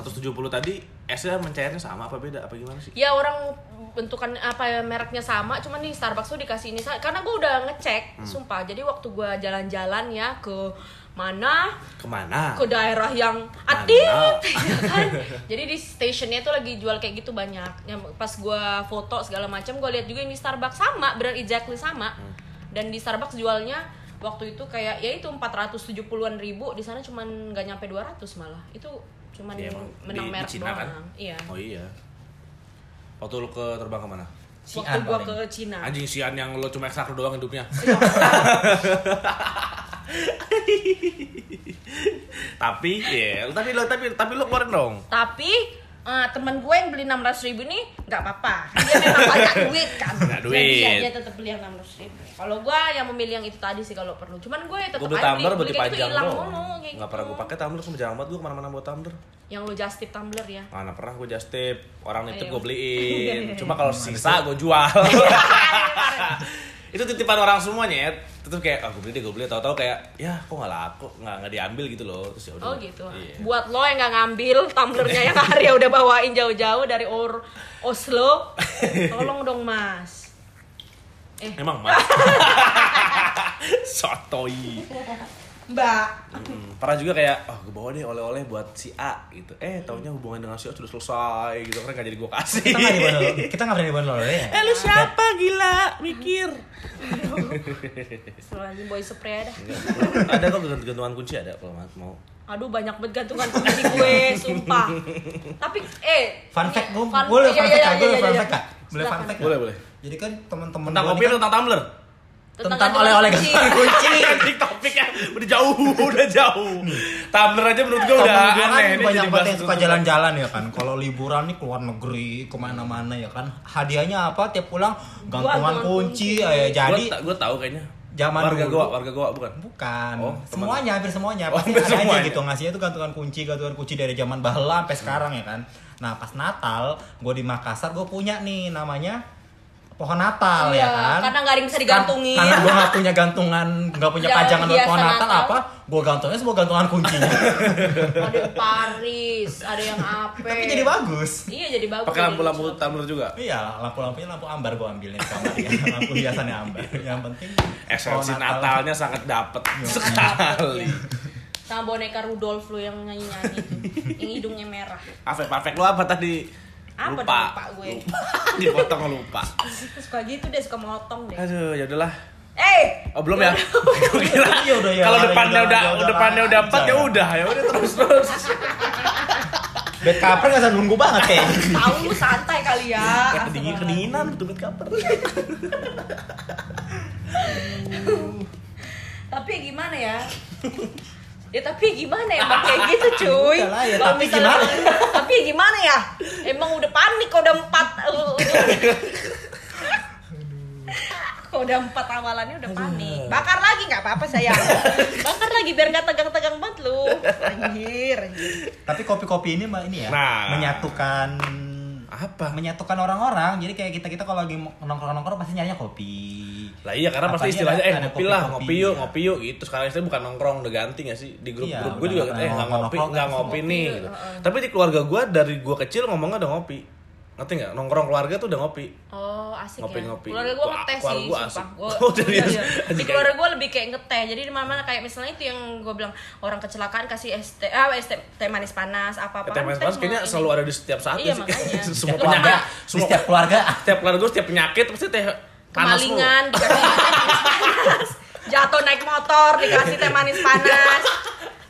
S5: 170 tadi, esnya mencairnya sama apa beda? Apa gimana sih?
S4: ya orang bentukan apa ya, mereknya sama cuman di Starbucks tuh dikasih ini sa- karena gue udah
S2: Hmm.
S4: ngecek sumpah jadi waktu gue jalan-jalan ya ke mana
S5: Kemana?
S4: ke daerah yang atit ya kan? jadi di stationnya tuh lagi jual kayak gitu banyak yang pas gue foto segala macam gue lihat juga ini Starbucks sama benar exactly sama
S5: Hmm.
S4: dan di Starbucks jualnya waktu itu kayak ya itu 470-an ribu di sana cuman nggak nyampe 200 malah itu cuman
S5: Ya, emang
S4: menang
S5: di- di
S4: merek
S5: Cina
S4: doang
S5: kan?
S4: iya Nah.
S5: Oh iya. Waktu lu ke terbang kemana?
S2: Xi'an
S4: waktu gua
S2: paling.
S4: ke Cina
S5: Anjing sian yang lo cuma ekstra doang hidupnya.
S4: Iya.
S5: tapi ya, tapi lo tapi tapi lo keluarin dong.
S4: tapi eh, teman gue yang beli 600 ribu ini nggak apa-apa dia memang banyak duit kan
S5: Banyak
S4: jadi
S5: duit.
S4: ya dia tetap beli yang 600 ribu kalau gue yang memilih yang itu tadi sih kalau perlu cuman gue tetap
S5: Gue beli
S4: aja
S5: tumbler
S4: kayak
S5: buat
S4: gitu
S5: dipajang
S4: hilang
S5: dong.
S4: mulu, kayak
S5: Gak
S4: gitu.
S5: pernah gue pakai tumbler, semua jarang banget gue kemana-mana bawa tumbler.
S4: yang lo just tip tumbler ya
S5: Mana Ah, pernah gue just tip, orang
S4: Ayo. Iya,
S5: nitip gue beliin. Cuma kalau sisa gue jual. itu titipan orang semuanya ya tetep kayak aku beli deh gue beli tahu-tahu kayak ya kok nggak laku nggak nggak diambil gitu loh terus ya udah
S4: Oh gitu.
S5: Iya.
S4: Buat lo yang nggak ngambil tumblernya yang Arya ya udah bawain jauh-jauh dari Or Oslo, tolong dong Mas. Eh.
S5: emang mas sotoi
S4: Mbak.
S5: Mm, pernah juga kayak oh gue bawa deh oleh-oleh buat si A gitu eh taunya hubungan dengan si A sudah selesai gitu kan gak jadi gue kasih
S2: kita nggak dibuat lo kita nggak pernah dibuat lo ya
S5: eh lu siapa gila mikir
S4: Selain boy spray dah.
S5: ada kok gantungan kunci ada kalau mau
S4: Aduh banyak banget gantungan kunci gue, sumpah. Tapi eh
S2: fun fact gue
S4: fun-
S2: boleh
S4: iya,
S2: fun
S4: iya,
S2: fact kak
S4: iya,
S2: boleh
S4: iya,
S2: fun
S4: iya.
S2: fact kak boleh fun
S4: Silakan.
S2: fact
S5: Boleh,
S2: Kak?
S5: boleh.
S2: jadi kan teman-teman
S5: tentang
S2: gue
S5: kopi
S2: ini
S5: atau
S2: kan
S5: tentang tumbler
S2: tentang oleh-oleh
S4: kunci.
S2: gantungan kunci
S5: Anjing topiknya udah jauh, udah jauh. Tumbler aja menurut gue udah
S2: Temen gua
S5: aneh.
S2: kan banyak
S5: ini jadi
S2: banget
S5: bahas
S2: yang suka
S5: itu.
S2: jalan-jalan ya kan kalau liburan nih keluar negeri kemana-mana ya kan hadiahnya apa tiap pulang gantungan
S4: gantungan
S2: kunci
S4: kunci.
S2: eh, jadi
S5: Gua- gua tahu kayaknya.
S2: Zaman
S5: warga
S2: dulu.
S5: Goa, warga Goa bukan.
S2: Bukan.
S5: Oh, teman-
S2: semuanya hampir semuanya
S5: Oh,
S2: pasti
S5: hampir
S2: ada
S5: semuanya. Hmm.
S2: aja gitu ngasihnya tuh gantungan kunci, gantungan kunci dari zaman bahla sampai sekarang ya kan. Nah, pas Natal gue di Makassar gue punya nih namanya pohon Natal ya
S4: Iya,
S2: kan.
S4: karena nggak ada yang bisa digantungin.
S2: Karena gue gak punya gantungan, gak punya
S4: Yang
S2: pajangan buat
S4: hiasan
S2: pohon Natal,
S4: Natal.
S2: apa? Gue gantungnya semua gantungan kuncinya.
S4: Ada yang Paris, ada yang apa.
S2: Tapi jadi bagus.
S4: Iya jadi bagus.
S5: Pakai
S4: jadi
S5: lampu-lampu
S4: lucu.
S5: tumbler juga.
S2: Iya, lampu-lampunya lampu ambar gue ambilnya di kamar ya. Lampu hiasannya ambar. Yang penting
S5: Esensi
S2: pohon
S5: Natalnya sangat dapet
S2: Iya.
S5: sekali.
S4: Sama boneka Rudolf lu yang nyanyi-nyanyi itu. yang hidungnya merah.
S5: Afek, Afek lu apa tadi?
S4: Apa
S5: lupa.
S4: dah lupa gue?
S5: Lupa. Dipotong lupa.
S4: Suka gitu deh, suka motong deh.
S5: Aduh, ya udahlah.
S4: Eh,
S5: Oh belum ya? Gua kira
S2: Iya, udah, ya.
S5: kalau depannya
S2: Udah,
S5: udah,
S2: udah, udah,
S5: depannya
S2: udah,
S5: udah empat
S2: udah.
S5: ya udah ya udah terus terus.
S2: Bed cover gak usah nunggu banget kayaknya.
S4: tahu lu santai kali ya.
S5: Kayak kedingin kedinginan betul betul kaper.
S4: Tapi gimana ya? Ya tapi gimana ya emang kayak gitu cuy.
S2: Udah lah ya,
S4: Kalau
S2: tapi
S4: misalnya-
S2: gimana?
S4: Tapi gimana ya? Emang udah panik kalau udah empat. eh, Kalau udah empat awalannya udah panik. Bakar lagi nggak apa-apa saya. Bakar lagi biar nggak tegang-tegang banget lu. Anjir, anjir.
S2: Tapi kopi-kopi ini mah ini ya
S5: Nah.
S2: menyatukan
S5: Apa?
S2: menyatukan orang-orang. Jadi kayak kita kita kalau lagi nongkrong-nongkrong pasti nyarinya kopi.
S5: Lah iya karena
S2: Apa aja
S5: pasti istilahnya
S2: ada-
S5: eh
S2: ada
S5: ngopi lah,
S2: kopi-kopi,
S5: ngopi yuk,
S2: iya.
S5: ngopi yuk gitu. Sekarang istilahnya bukan nongkrong udah ganti gak sih?
S2: Iya,
S5: Di grup-grup
S2: udah
S5: gue juga
S2: nggak
S5: eh nggak
S2: nongkrong,
S5: ngopi,
S2: nongkrong,
S5: nggak
S2: nggak
S5: ngopi
S4: ngopi,
S5: nih
S4: iya,
S5: gitu. Tapi di keluarga gue dari gue kecil ngomongnya udah ngopi. Ngerti nggak? Nongkrong keluarga tuh udah ngopi.
S4: Oh asik ya.
S5: Ngopi-ngopi.
S4: Keluarga gue
S5: Wah,
S4: ngeteh
S5: keluarga
S4: sih,
S5: gua
S4: sumpah.
S5: asik.
S4: Gua,
S5: Oh, jadi
S4: iya,
S5: asik.
S4: iya. Di
S5: Asik
S4: keluarga gue lebih kayak ngeteh. Jadi di mana-mana kayak misalnya itu yang gue bilang orang kecelakaan kasih es teh, ah, es teh, teh manis panas Kan apa apa.
S5: Teh manis panas kayaknya selalu ada di setiap saat
S4: Iya,
S5: ya sih.
S4: makanya.
S5: semua
S4: Setiap
S5: penyakit,
S2: Keluarga, di
S5: semua
S2: setiap keluarga
S5: setiap keluarga gue setiap penyakit pasti teh panas lu.
S4: kemalingan dikasih teh manis panas. Jatuh naik motor dikasih teh manis panas.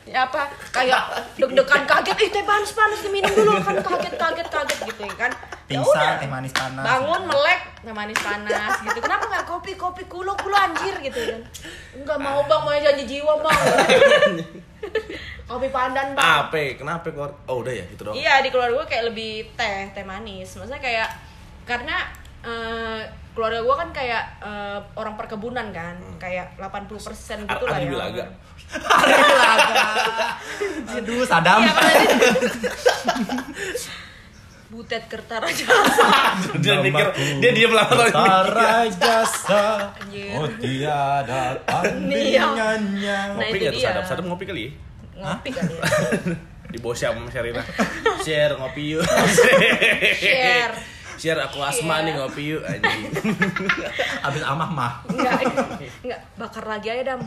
S4: Ya apa kayak deg-degan kaget, eh teh panas panas diminum dulu kan kaget kaget kaget gitu ya kan. Ya
S2: pingsan,
S4: udah.
S2: teh manis panas.
S4: bangun melek teh manis panas gitu kenapa nggak kopi kopi kulo kulo anjir gitu kan nggak mau bang mau janji jiwa bang kopi pandan bang
S5: Apa? Kenapa keluar? Oh udah ya gitu doang.
S4: iya di keluarga gue kayak lebih teh teh manis maksudnya kayak karena eh, keluarga gue kan kayak eh, orang perkebunan kan kayak 80% gitu
S5: Ar-
S4: lah
S5: Ari
S4: ya
S5: Wilaga.
S2: Aduh, sadam.
S4: Iya, makanya. butet kertarajasa
S5: Dia mikir dia diam lama
S2: Tara jasa,
S4: Anjir.
S2: oh tiada
S4: Nah,
S2: tandingannya.
S5: Ngopi
S4: itu
S5: nggak tuh
S4: dia.
S5: sadap? Sadap ngopi kali ya?
S4: ngopi kali ya
S5: di bawah siapa sama Sherina share ngopi yuk
S4: Share.
S5: share aku asma nih ngopi yuk anjing
S2: Abis amah mah.
S4: Enggak, enggak, bakar lagi aja dam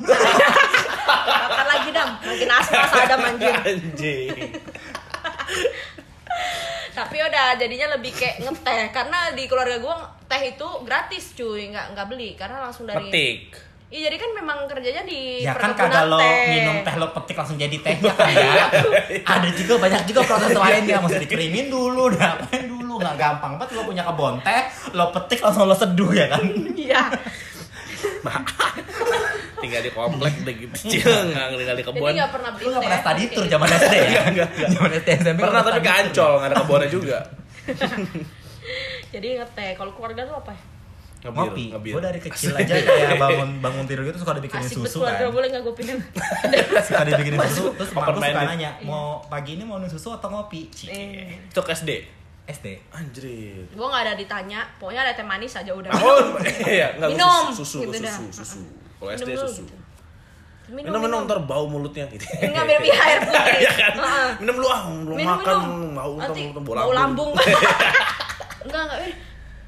S4: Bakar lagi dam, makin asma sadam anjir
S5: anjing
S4: Tapi udah jadinya lebih kayak ngeteh Karena di keluarga gue teh itu gratis cuy, nggak nggak beli Karena langsung dari
S5: petik
S4: Iya jadi kan memang kerjanya di
S2: Ya kan
S4: perkebunan
S2: kagak lo minum teh lo petik langsung jadi tehnya kan ya. Ada juga banyak juga proses lainnya mesti dikirimin dulu, udah apain dulu nggak gampang banget lo punya kebon teh lo petik langsung lo seduh ya kan
S4: Iya.
S5: tinggal di komplek udah gitu cil nggak tinggal
S4: Jadi
S5: di kebun
S4: nggak pernah beli
S2: lu nggak pernah
S4: teh,
S2: study
S4: kayak
S2: tour
S4: gitu.
S2: zaman SD ya zaman SD SMP
S5: pernah tapi ke Ancol nggak ada kebunnya juga
S4: Jadi ngeteh. Kalau keluarga lu apa? ya?
S5: Ngebir,
S2: ngopi
S5: ngebir.
S2: gue dari kecil aja kayak bangun bangun tidur gitu suka dibikinin
S4: Asik banget
S2: susu
S4: keluarga
S2: kan
S4: boleh nggak gue pindah?
S2: suka dibikinin susu terus
S5: Open
S2: aku suka
S5: minded.
S2: nanya mau pagi ini mau minum susu atau ngopi Cie,
S4: Eh.
S5: itu ke SD
S2: SD
S5: anjir
S4: Gue nggak ada ditanya. Pokoknya ada teh manis aja udah.
S5: oh iya nggak
S4: Minum.
S5: susu
S4: Gitu
S5: susu
S4: dah.
S5: susu, susu. kalau
S4: Minum
S5: SD
S4: dulu
S5: susu
S4: gitu.
S5: minum minum ntar bau mulutnya gitu
S4: Enggak biar biar air putih.
S5: Iya kan?
S4: Heeh.
S5: Minum lu ah, belum
S4: Minum,
S5: makan
S4: minum.
S5: bau ntar
S4: Nanti
S5: mulut
S4: bau lambung. Enggak enggak. eh.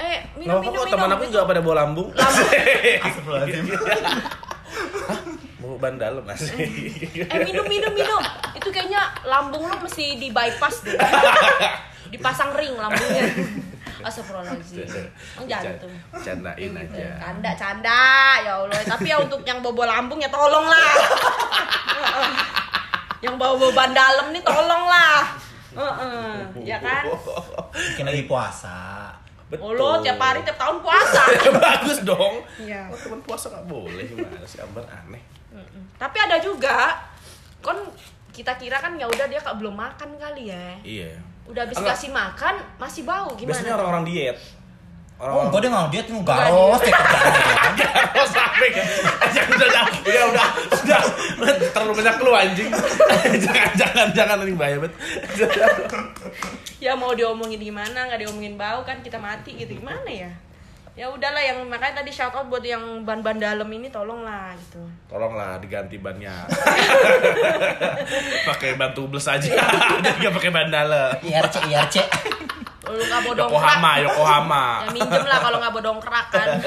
S4: Eh, minum
S5: Kenapa
S4: minum
S5: kok teman aku
S4: minum.
S5: juga pada bau lambung?
S2: Astagfirullahaladzim
S5: Bau ban dalam asli.
S4: Eh minum minum minum. Itu kayaknya lambung lu mesti di bypass deh. Dipasang ring lambungnya.
S5: Iya,
S4: Astagfirullahaladzim. Emang Kan Jantung. Iya.
S5: Candain aja.
S4: Canda, canda, ya Allah. Tapi ya untuk yang bobo lambung ya tolonglah. Heeh. yang bobo ban dalam nih tolonglah. Heeh, ya kan?
S2: mungkin lagi puasa
S5: Betul.
S4: Oh lo tiap hari tiap tahun puasa.
S5: Bagus dong.
S4: Iya.
S5: Oh, teman puasa nggak boleh gimana sih Ambar aneh.
S4: Tapi ada juga kon kita kira kan ya udah dia kak belum makan kali ya.
S5: Iya.
S4: Udah habis
S5: Enggak.
S4: kasih makan masih bau gimana?
S5: Biasanya orang-orang diet.
S2: oh
S5: Orang-orang
S2: enggak deh nggak dia tuh garos
S5: iya.
S2: deh
S5: Oh, sampai kan? Jangan udah, udah, ya udah, sudah terlalu banyak lu anjing. jangan, jangan, jangan ini bahaya banget.
S4: Ya mau diomongin gimana nggak diomongin bau kan kita mati gitu gimana ya? Ya udahlah yang makanya tadi shout out buat yang ban-ban dalam ini tolonglah gitu.
S5: Tolonglah diganti bannya. pakai ban tubles aja, dan nggak pakai ban dalam.
S2: IRC IRC
S4: Lu nggak mau dongkrak.
S5: Yokohama, Yokohama.
S4: Ya minjem lah kalau nggak mau dongkrak kan.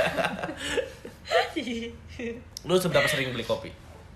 S5: Lu seberapa sering beli kopi?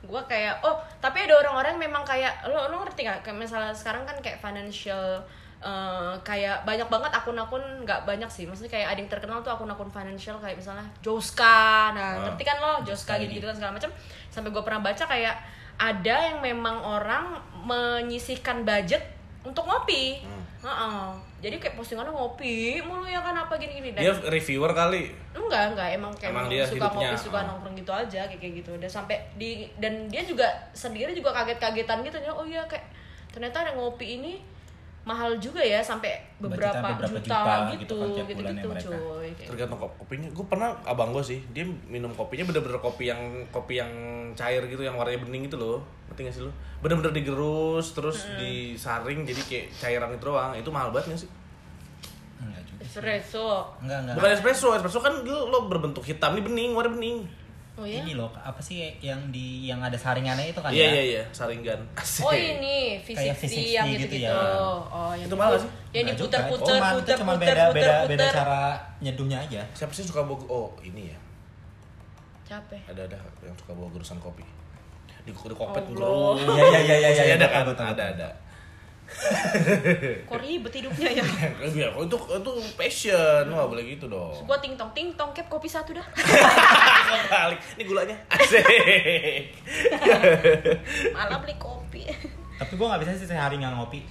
S4: gue kayak oh tapi ada orang-orang memang kayak lo lo ngerti nggak kayak misalnya sekarang kan kayak financial eh, kayak banyak banget akun-akun nggak banyak sih maksudnya kayak ada yang terkenal tuh akun-akun financial kayak misalnya Joska nah
S5: Ah.
S4: ngerti kan lo Joska gitu gitu kan segala macam sampai gue pernah baca kayak ada yang memang orang menyisihkan budget untuk ngopi Heeh. jadi kayak postingannya ngopi mulu ya kan apa gini-gini Dan-
S5: Dia reviewer kali.
S4: enggak enggak emang kayak
S5: Emang
S4: emang
S5: dia
S4: suka
S5: hidupnya,
S4: ngopi suka
S5: ah.
S4: nongkrong gitu aja kayak kayak gitu dan sampai di dan dia juga sendiri juga kaget-kagetan gitu dia oh iya kayak ternyata ada ngopi ini mahal juga ya sampai beberapa,
S2: Budgetnya beberapa
S4: juta,
S2: juta
S4: gitu
S2: gitu kan tiap
S4: gitu
S2: bulannya
S4: gitu
S2: mereka.
S4: cuy Kayak-
S5: Tergantung kop- kopinya. Gue pernah abang gue sih, dia minum kopinya bener-bener kopi yang kopi yang cair gitu, yang warnanya bening gitu loh. Ngerti gak sih lu? Bener-bener digerus, terus
S4: Hmm.
S5: disaring jadi kayak cairan itu doang. Itu mahal banget gak sih?
S2: enggak juga
S4: espresso
S2: enggak enggak
S5: Bukan espresso, espresso kan lu, lo berbentuk hitam, ini bening, warna bening.
S4: oh ya
S2: ini loh apa sih yang di yang ada saringannya itu kan
S5: Iya iya
S2: ya
S5: iya, saringan. Asik.
S4: oh ini V60
S2: Kayak V60
S4: yang
S2: gitu
S4: gitu gitu,
S2: ya.
S4: oh yang
S5: Itu mahal gak sih?
S2: Enggak
S4: yang
S2: juga.
S4: diputer-puter
S2: Cuman- itu cuma beda beda beda
S4: puter-puter puter
S2: cara nyeduhnya aja
S5: Siapa sih suka bawa oh ini ya?
S4: capek
S5: Ada ada yang suka bawa gerusan kopi. Di di kopet
S4: Allah.
S5: gerus.
S2: Iya, iya, iya, iya,
S5: Saya
S2: iya,
S5: Oh, ada
S2: betul,
S5: kan?
S2: betul,
S5: Ada
S2: betul.
S5: ada. eh.
S4: kok ribet hidupnya ya
S5: Ya, itu itu passion, lu nggak boleh gitu dong.
S4: gua ting tong ting tong cap kopi satu dah
S5: Balik, ini gulanya. Asik.
S4: malah beli kopi
S2: tapi gue nggak bisa sih sehari nggak ngopi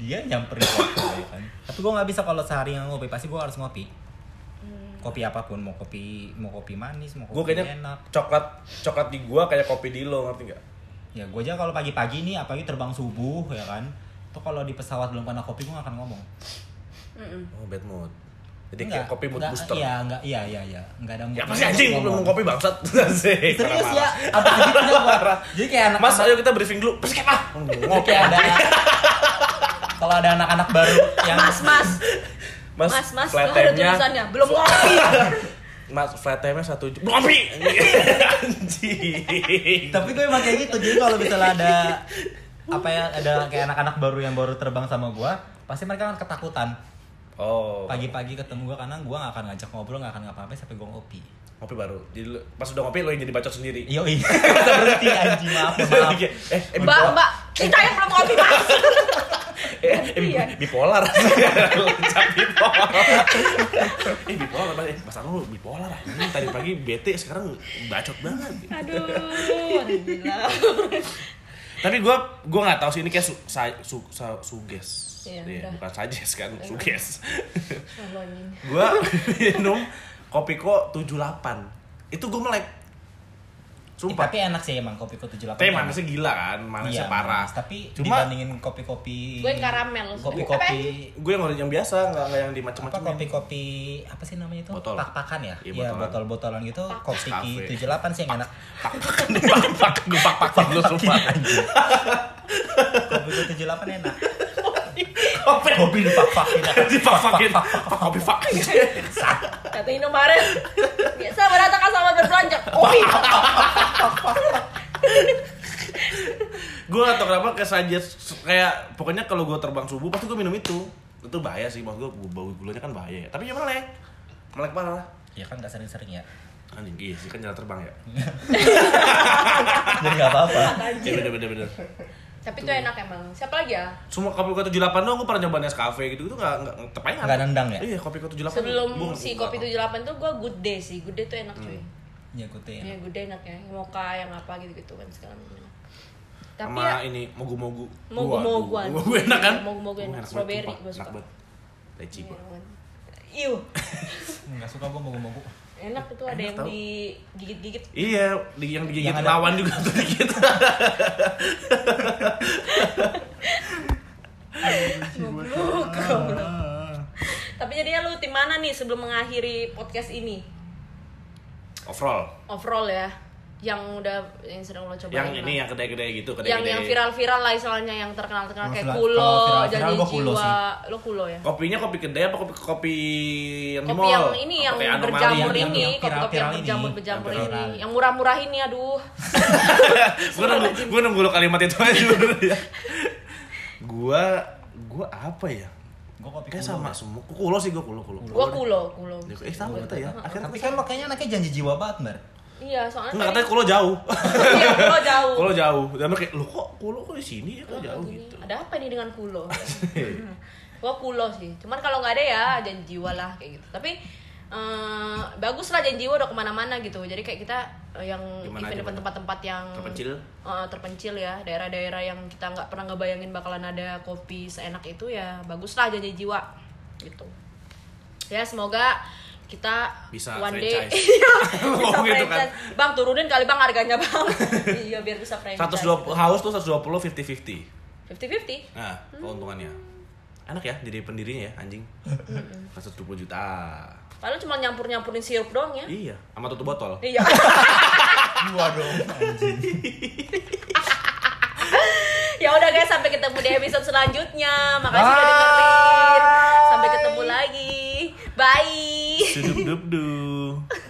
S2: dia nyamperin kopi ya kan tapi gue nggak bisa kalau sehari nggak ngopi pasti gue harus ngopi kopi apapun mau kopi mau kopi manis mau kopi
S5: Gue Hmm. kayaknya
S2: enak
S5: coklat coklat di gua kayak kopi di lo, ngerti nggak?
S2: ya gue aja kalau pagi-pagi nih apalagi terbang subuh ya kan tuh kalau di pesawat belum pernah kopi gue gak akan ngomong
S5: Oh, bad mood. Jadi kayak kopi mood
S2: nggak-
S5: booster.
S2: iya nggak iya iya iya nggak ada mood
S5: Ya pasti anjing
S2: ngomong.
S5: belum kopi bangsat.
S2: serius
S5: Asik. Marah-marah.
S2: ya apa gitu
S5: Marah.
S2: jadi kayak anak
S5: Mas, ayo kita briefing dulu. Pas ah.
S2: Jadi
S5: Ngopi.
S2: kayak ada kalau ada anak-anak baru yang
S4: mas mas
S5: Mas,
S4: mas mas
S5: flat
S4: tuh ada
S5: time-nya-
S4: tulisannya belum ngopi
S5: Mas, flat time-nya satu ju- Ngopi! Anjing.
S2: tapi gue emang kayak gitu jadi kalau misalnya ada apa ya ada kayak anak-anak baru yang baru terbang sama gue pasti mereka akan ketakutan
S5: Oh,
S2: pagi-pagi ketemu gue karena gue gak akan ngajak ngobrol gak akan ngapa-ngapain sampai gue ngopi
S5: ngopi baru. Jadi lu- pas udah ngopi lo yang jadi bacot sendiri.
S2: iya iya Kita berhenti anjing maaf maaf
S5: Oke. eh,
S4: mbak
S5: eh, bipolar.
S4: mbak kita yang belum ngopi mas
S5: Eh, eh, bi- bipolar. Loncat bipolar. Eh, bipolar apa? Eh, Mas Anu bipolar. Ini tadi pagi bete, sekarang bacot banget.
S4: aduh orang gila
S5: Tapi gue gue nggak tahu sih ini kayak su, sa- su, sa- suges.
S6: Iya,
S5: Iya,
S6: udah.
S5: bukan sajes kan, suges.
S6: Allah, anjing.
S5: gue minum kopiko 78. Itu gue melek. Sumpah.
S2: Tapi enak sih emang kopi kopi 78.
S5: Tapi manisnya gila kan, manisnya
S2: Iya,
S5: parah.
S2: manis. Tapi
S5: cuma
S2: dibandingin kopi-kopi
S4: Gue yang karamel. ya?
S2: Kopi-kopi
S5: gue yang yang biasa, nggak nggak yang di macam
S2: apa
S5: macam
S2: kopi-kopi apa sih namanya itu?
S5: Botol.
S2: Pak-pakan ya?
S5: Iya,
S2: Iya,
S5: botolan.
S2: botol-botolan gitu kopi
S5: Cafe.
S2: 78 sih yang enak.
S5: pak gue pak pak lu sumpah
S2: Kopi 78 enak.
S5: kopi
S2: Kopi dipak-pakin.
S5: di pak pakin pak kopi pak
S6: Kata Indomaret. Biasa berantakan sama berbelanja. Kopi.
S5: gue nggak tau kenapa kayak saja kayak pokoknya kalau gue terbang subuh pasti gue minum itu itu bahaya sih maksud gue bau gulanya kan bahaya ya. tapi ya melek melek parah
S2: Ya kan gak sering-sering ya.
S5: anjing iya sih kan jalan terbang ya
S2: Jadi gak apa-apa.
S5: ya bener bener bener
S4: Tapi itu enak emang. Siapa lagi ya?
S5: semua kopi kopi 78 doang gue pernah nyoba Nescafe gitu itu nggak nggak tetep aja nggak
S2: Nggak nendang ya?
S5: iya kopi kopi 78
S4: Sebelum
S5: gua-
S4: si
S5: gua- Hmm,
S4: kopi 78 tuh gue good day sih. Good day tuh enak cuy.
S2: Ya kutin.
S4: Iya good day enak ya. Yang Mocha yang apa gitu-gitu kan segala macam. enak. Tapi
S5: sama
S4: ya
S5: ini mogu-mogu.
S4: Mogu-moguan.
S5: Waduh, Mogu enak kan?
S4: Iya, mogu-mogu enak.
S5: banget,
S4: Strawberry,
S5: sumpah.
S4: gua suka.
S5: Enak banget. Leci gua.
S4: Iu,
S2: Enggak suka gua mogu-mogu.
S4: enak itu ada
S5: Enak
S4: yang
S5: tau.
S4: digigit-gigit.
S5: Iya, di, yang digigit
S2: Yang ada-
S5: lawan juga tuh digigit.
S4: Goblok, goblok. Tapi jadinya lu tim mana nih sebelum mengakhiri podcast ini?
S5: Overall,
S4: Overall ya, yang udah yang sering lo coba.
S5: yang ini yang kedai-kedai gitu, kedai-kedai.
S4: yang yang viral-viral lah istilahnya yang terkenal-terkenal
S2: Kalau
S4: kayak
S2: viral-
S4: kulo,
S2: kalau viral-viral
S4: janji
S2: gua kulo
S4: jiwa,
S2: sih.
S4: lo kulo ya.
S5: Kopinya kopi kedai apa kopi kopi yang di
S4: Kopi
S5: mall?
S4: yang ini yang
S5: Apa kayak anomali?
S4: berjamur
S2: yang-
S4: ini,
S2: yang
S4: kopi-kopi
S2: viral-viral
S4: yang
S2: ini.
S4: berjamur-berjamur
S2: Yang
S4: ini,
S2: viral.
S4: yang murah-murah ini aduh.
S5: Gua nunggu gua nunggu lo kalimat itu aja dulu ya. Gua gua apa ya?
S2: Gua kopi
S5: Kayak
S2: kulo.
S5: sama semua. Kulo sih gua kulo kulo.
S4: Gua kulo, kulo.
S5: Eh sama kita ya. Akhirnya
S2: Tapi kan lo kayaknya anaknya janji jiwa banget, Mer.
S4: Iya, soalnya tadi-
S5: Enggak katanya kulo jauh.
S4: Iya, kulo jauh.
S5: kulo jauh. Dan mereka kayak, "Loh kok kulo kok di sini ya? Kok jauh
S4: Gini,
S5: gitu?"
S4: Ada apa ini dengan kulo? gua kulo sih. Cuman kalau nggak ada ya janji jiwa lah kayak gitu. Tapi eh, bagus lah janji jiwa udah kemana-mana gitu. Jadi kayak kita eh, yang
S5: Gimana
S4: event
S5: aja,
S4: event
S5: Bang?
S4: tempat-tempat yang
S5: Terpencil?
S4: Eh, terpencil ya, daerah-daerah yang kita nggak pernah ngebayangin bakalan ada kopi seenak itu ya bagus lah janji jiwa gitu. Ya semoga kita
S5: Bisa
S4: one day
S5: franchise.
S4: Iya, bisa
S5: Ngomong gitu kan.
S4: franchise. Bang turunin kali Bang harganya Bang. iya biar bisa franchise.
S5: 120 haus tuh 120 50-50.
S4: 50-50.
S5: Nah, keuntungannya. Enak ya jadi pendirinya ya anjing. 120 juta.
S4: Padahal cuma nyampur-nyampurin sirup doang ya.
S5: Iya, sama tutup botol.
S4: Iya.
S2: Jiwa dong.
S4: ya udah guys, sampai ketemu di episode selanjutnya. Makasih udah dengerin. Sampai ketemu lagi. Bye.
S5: Duduk duduk.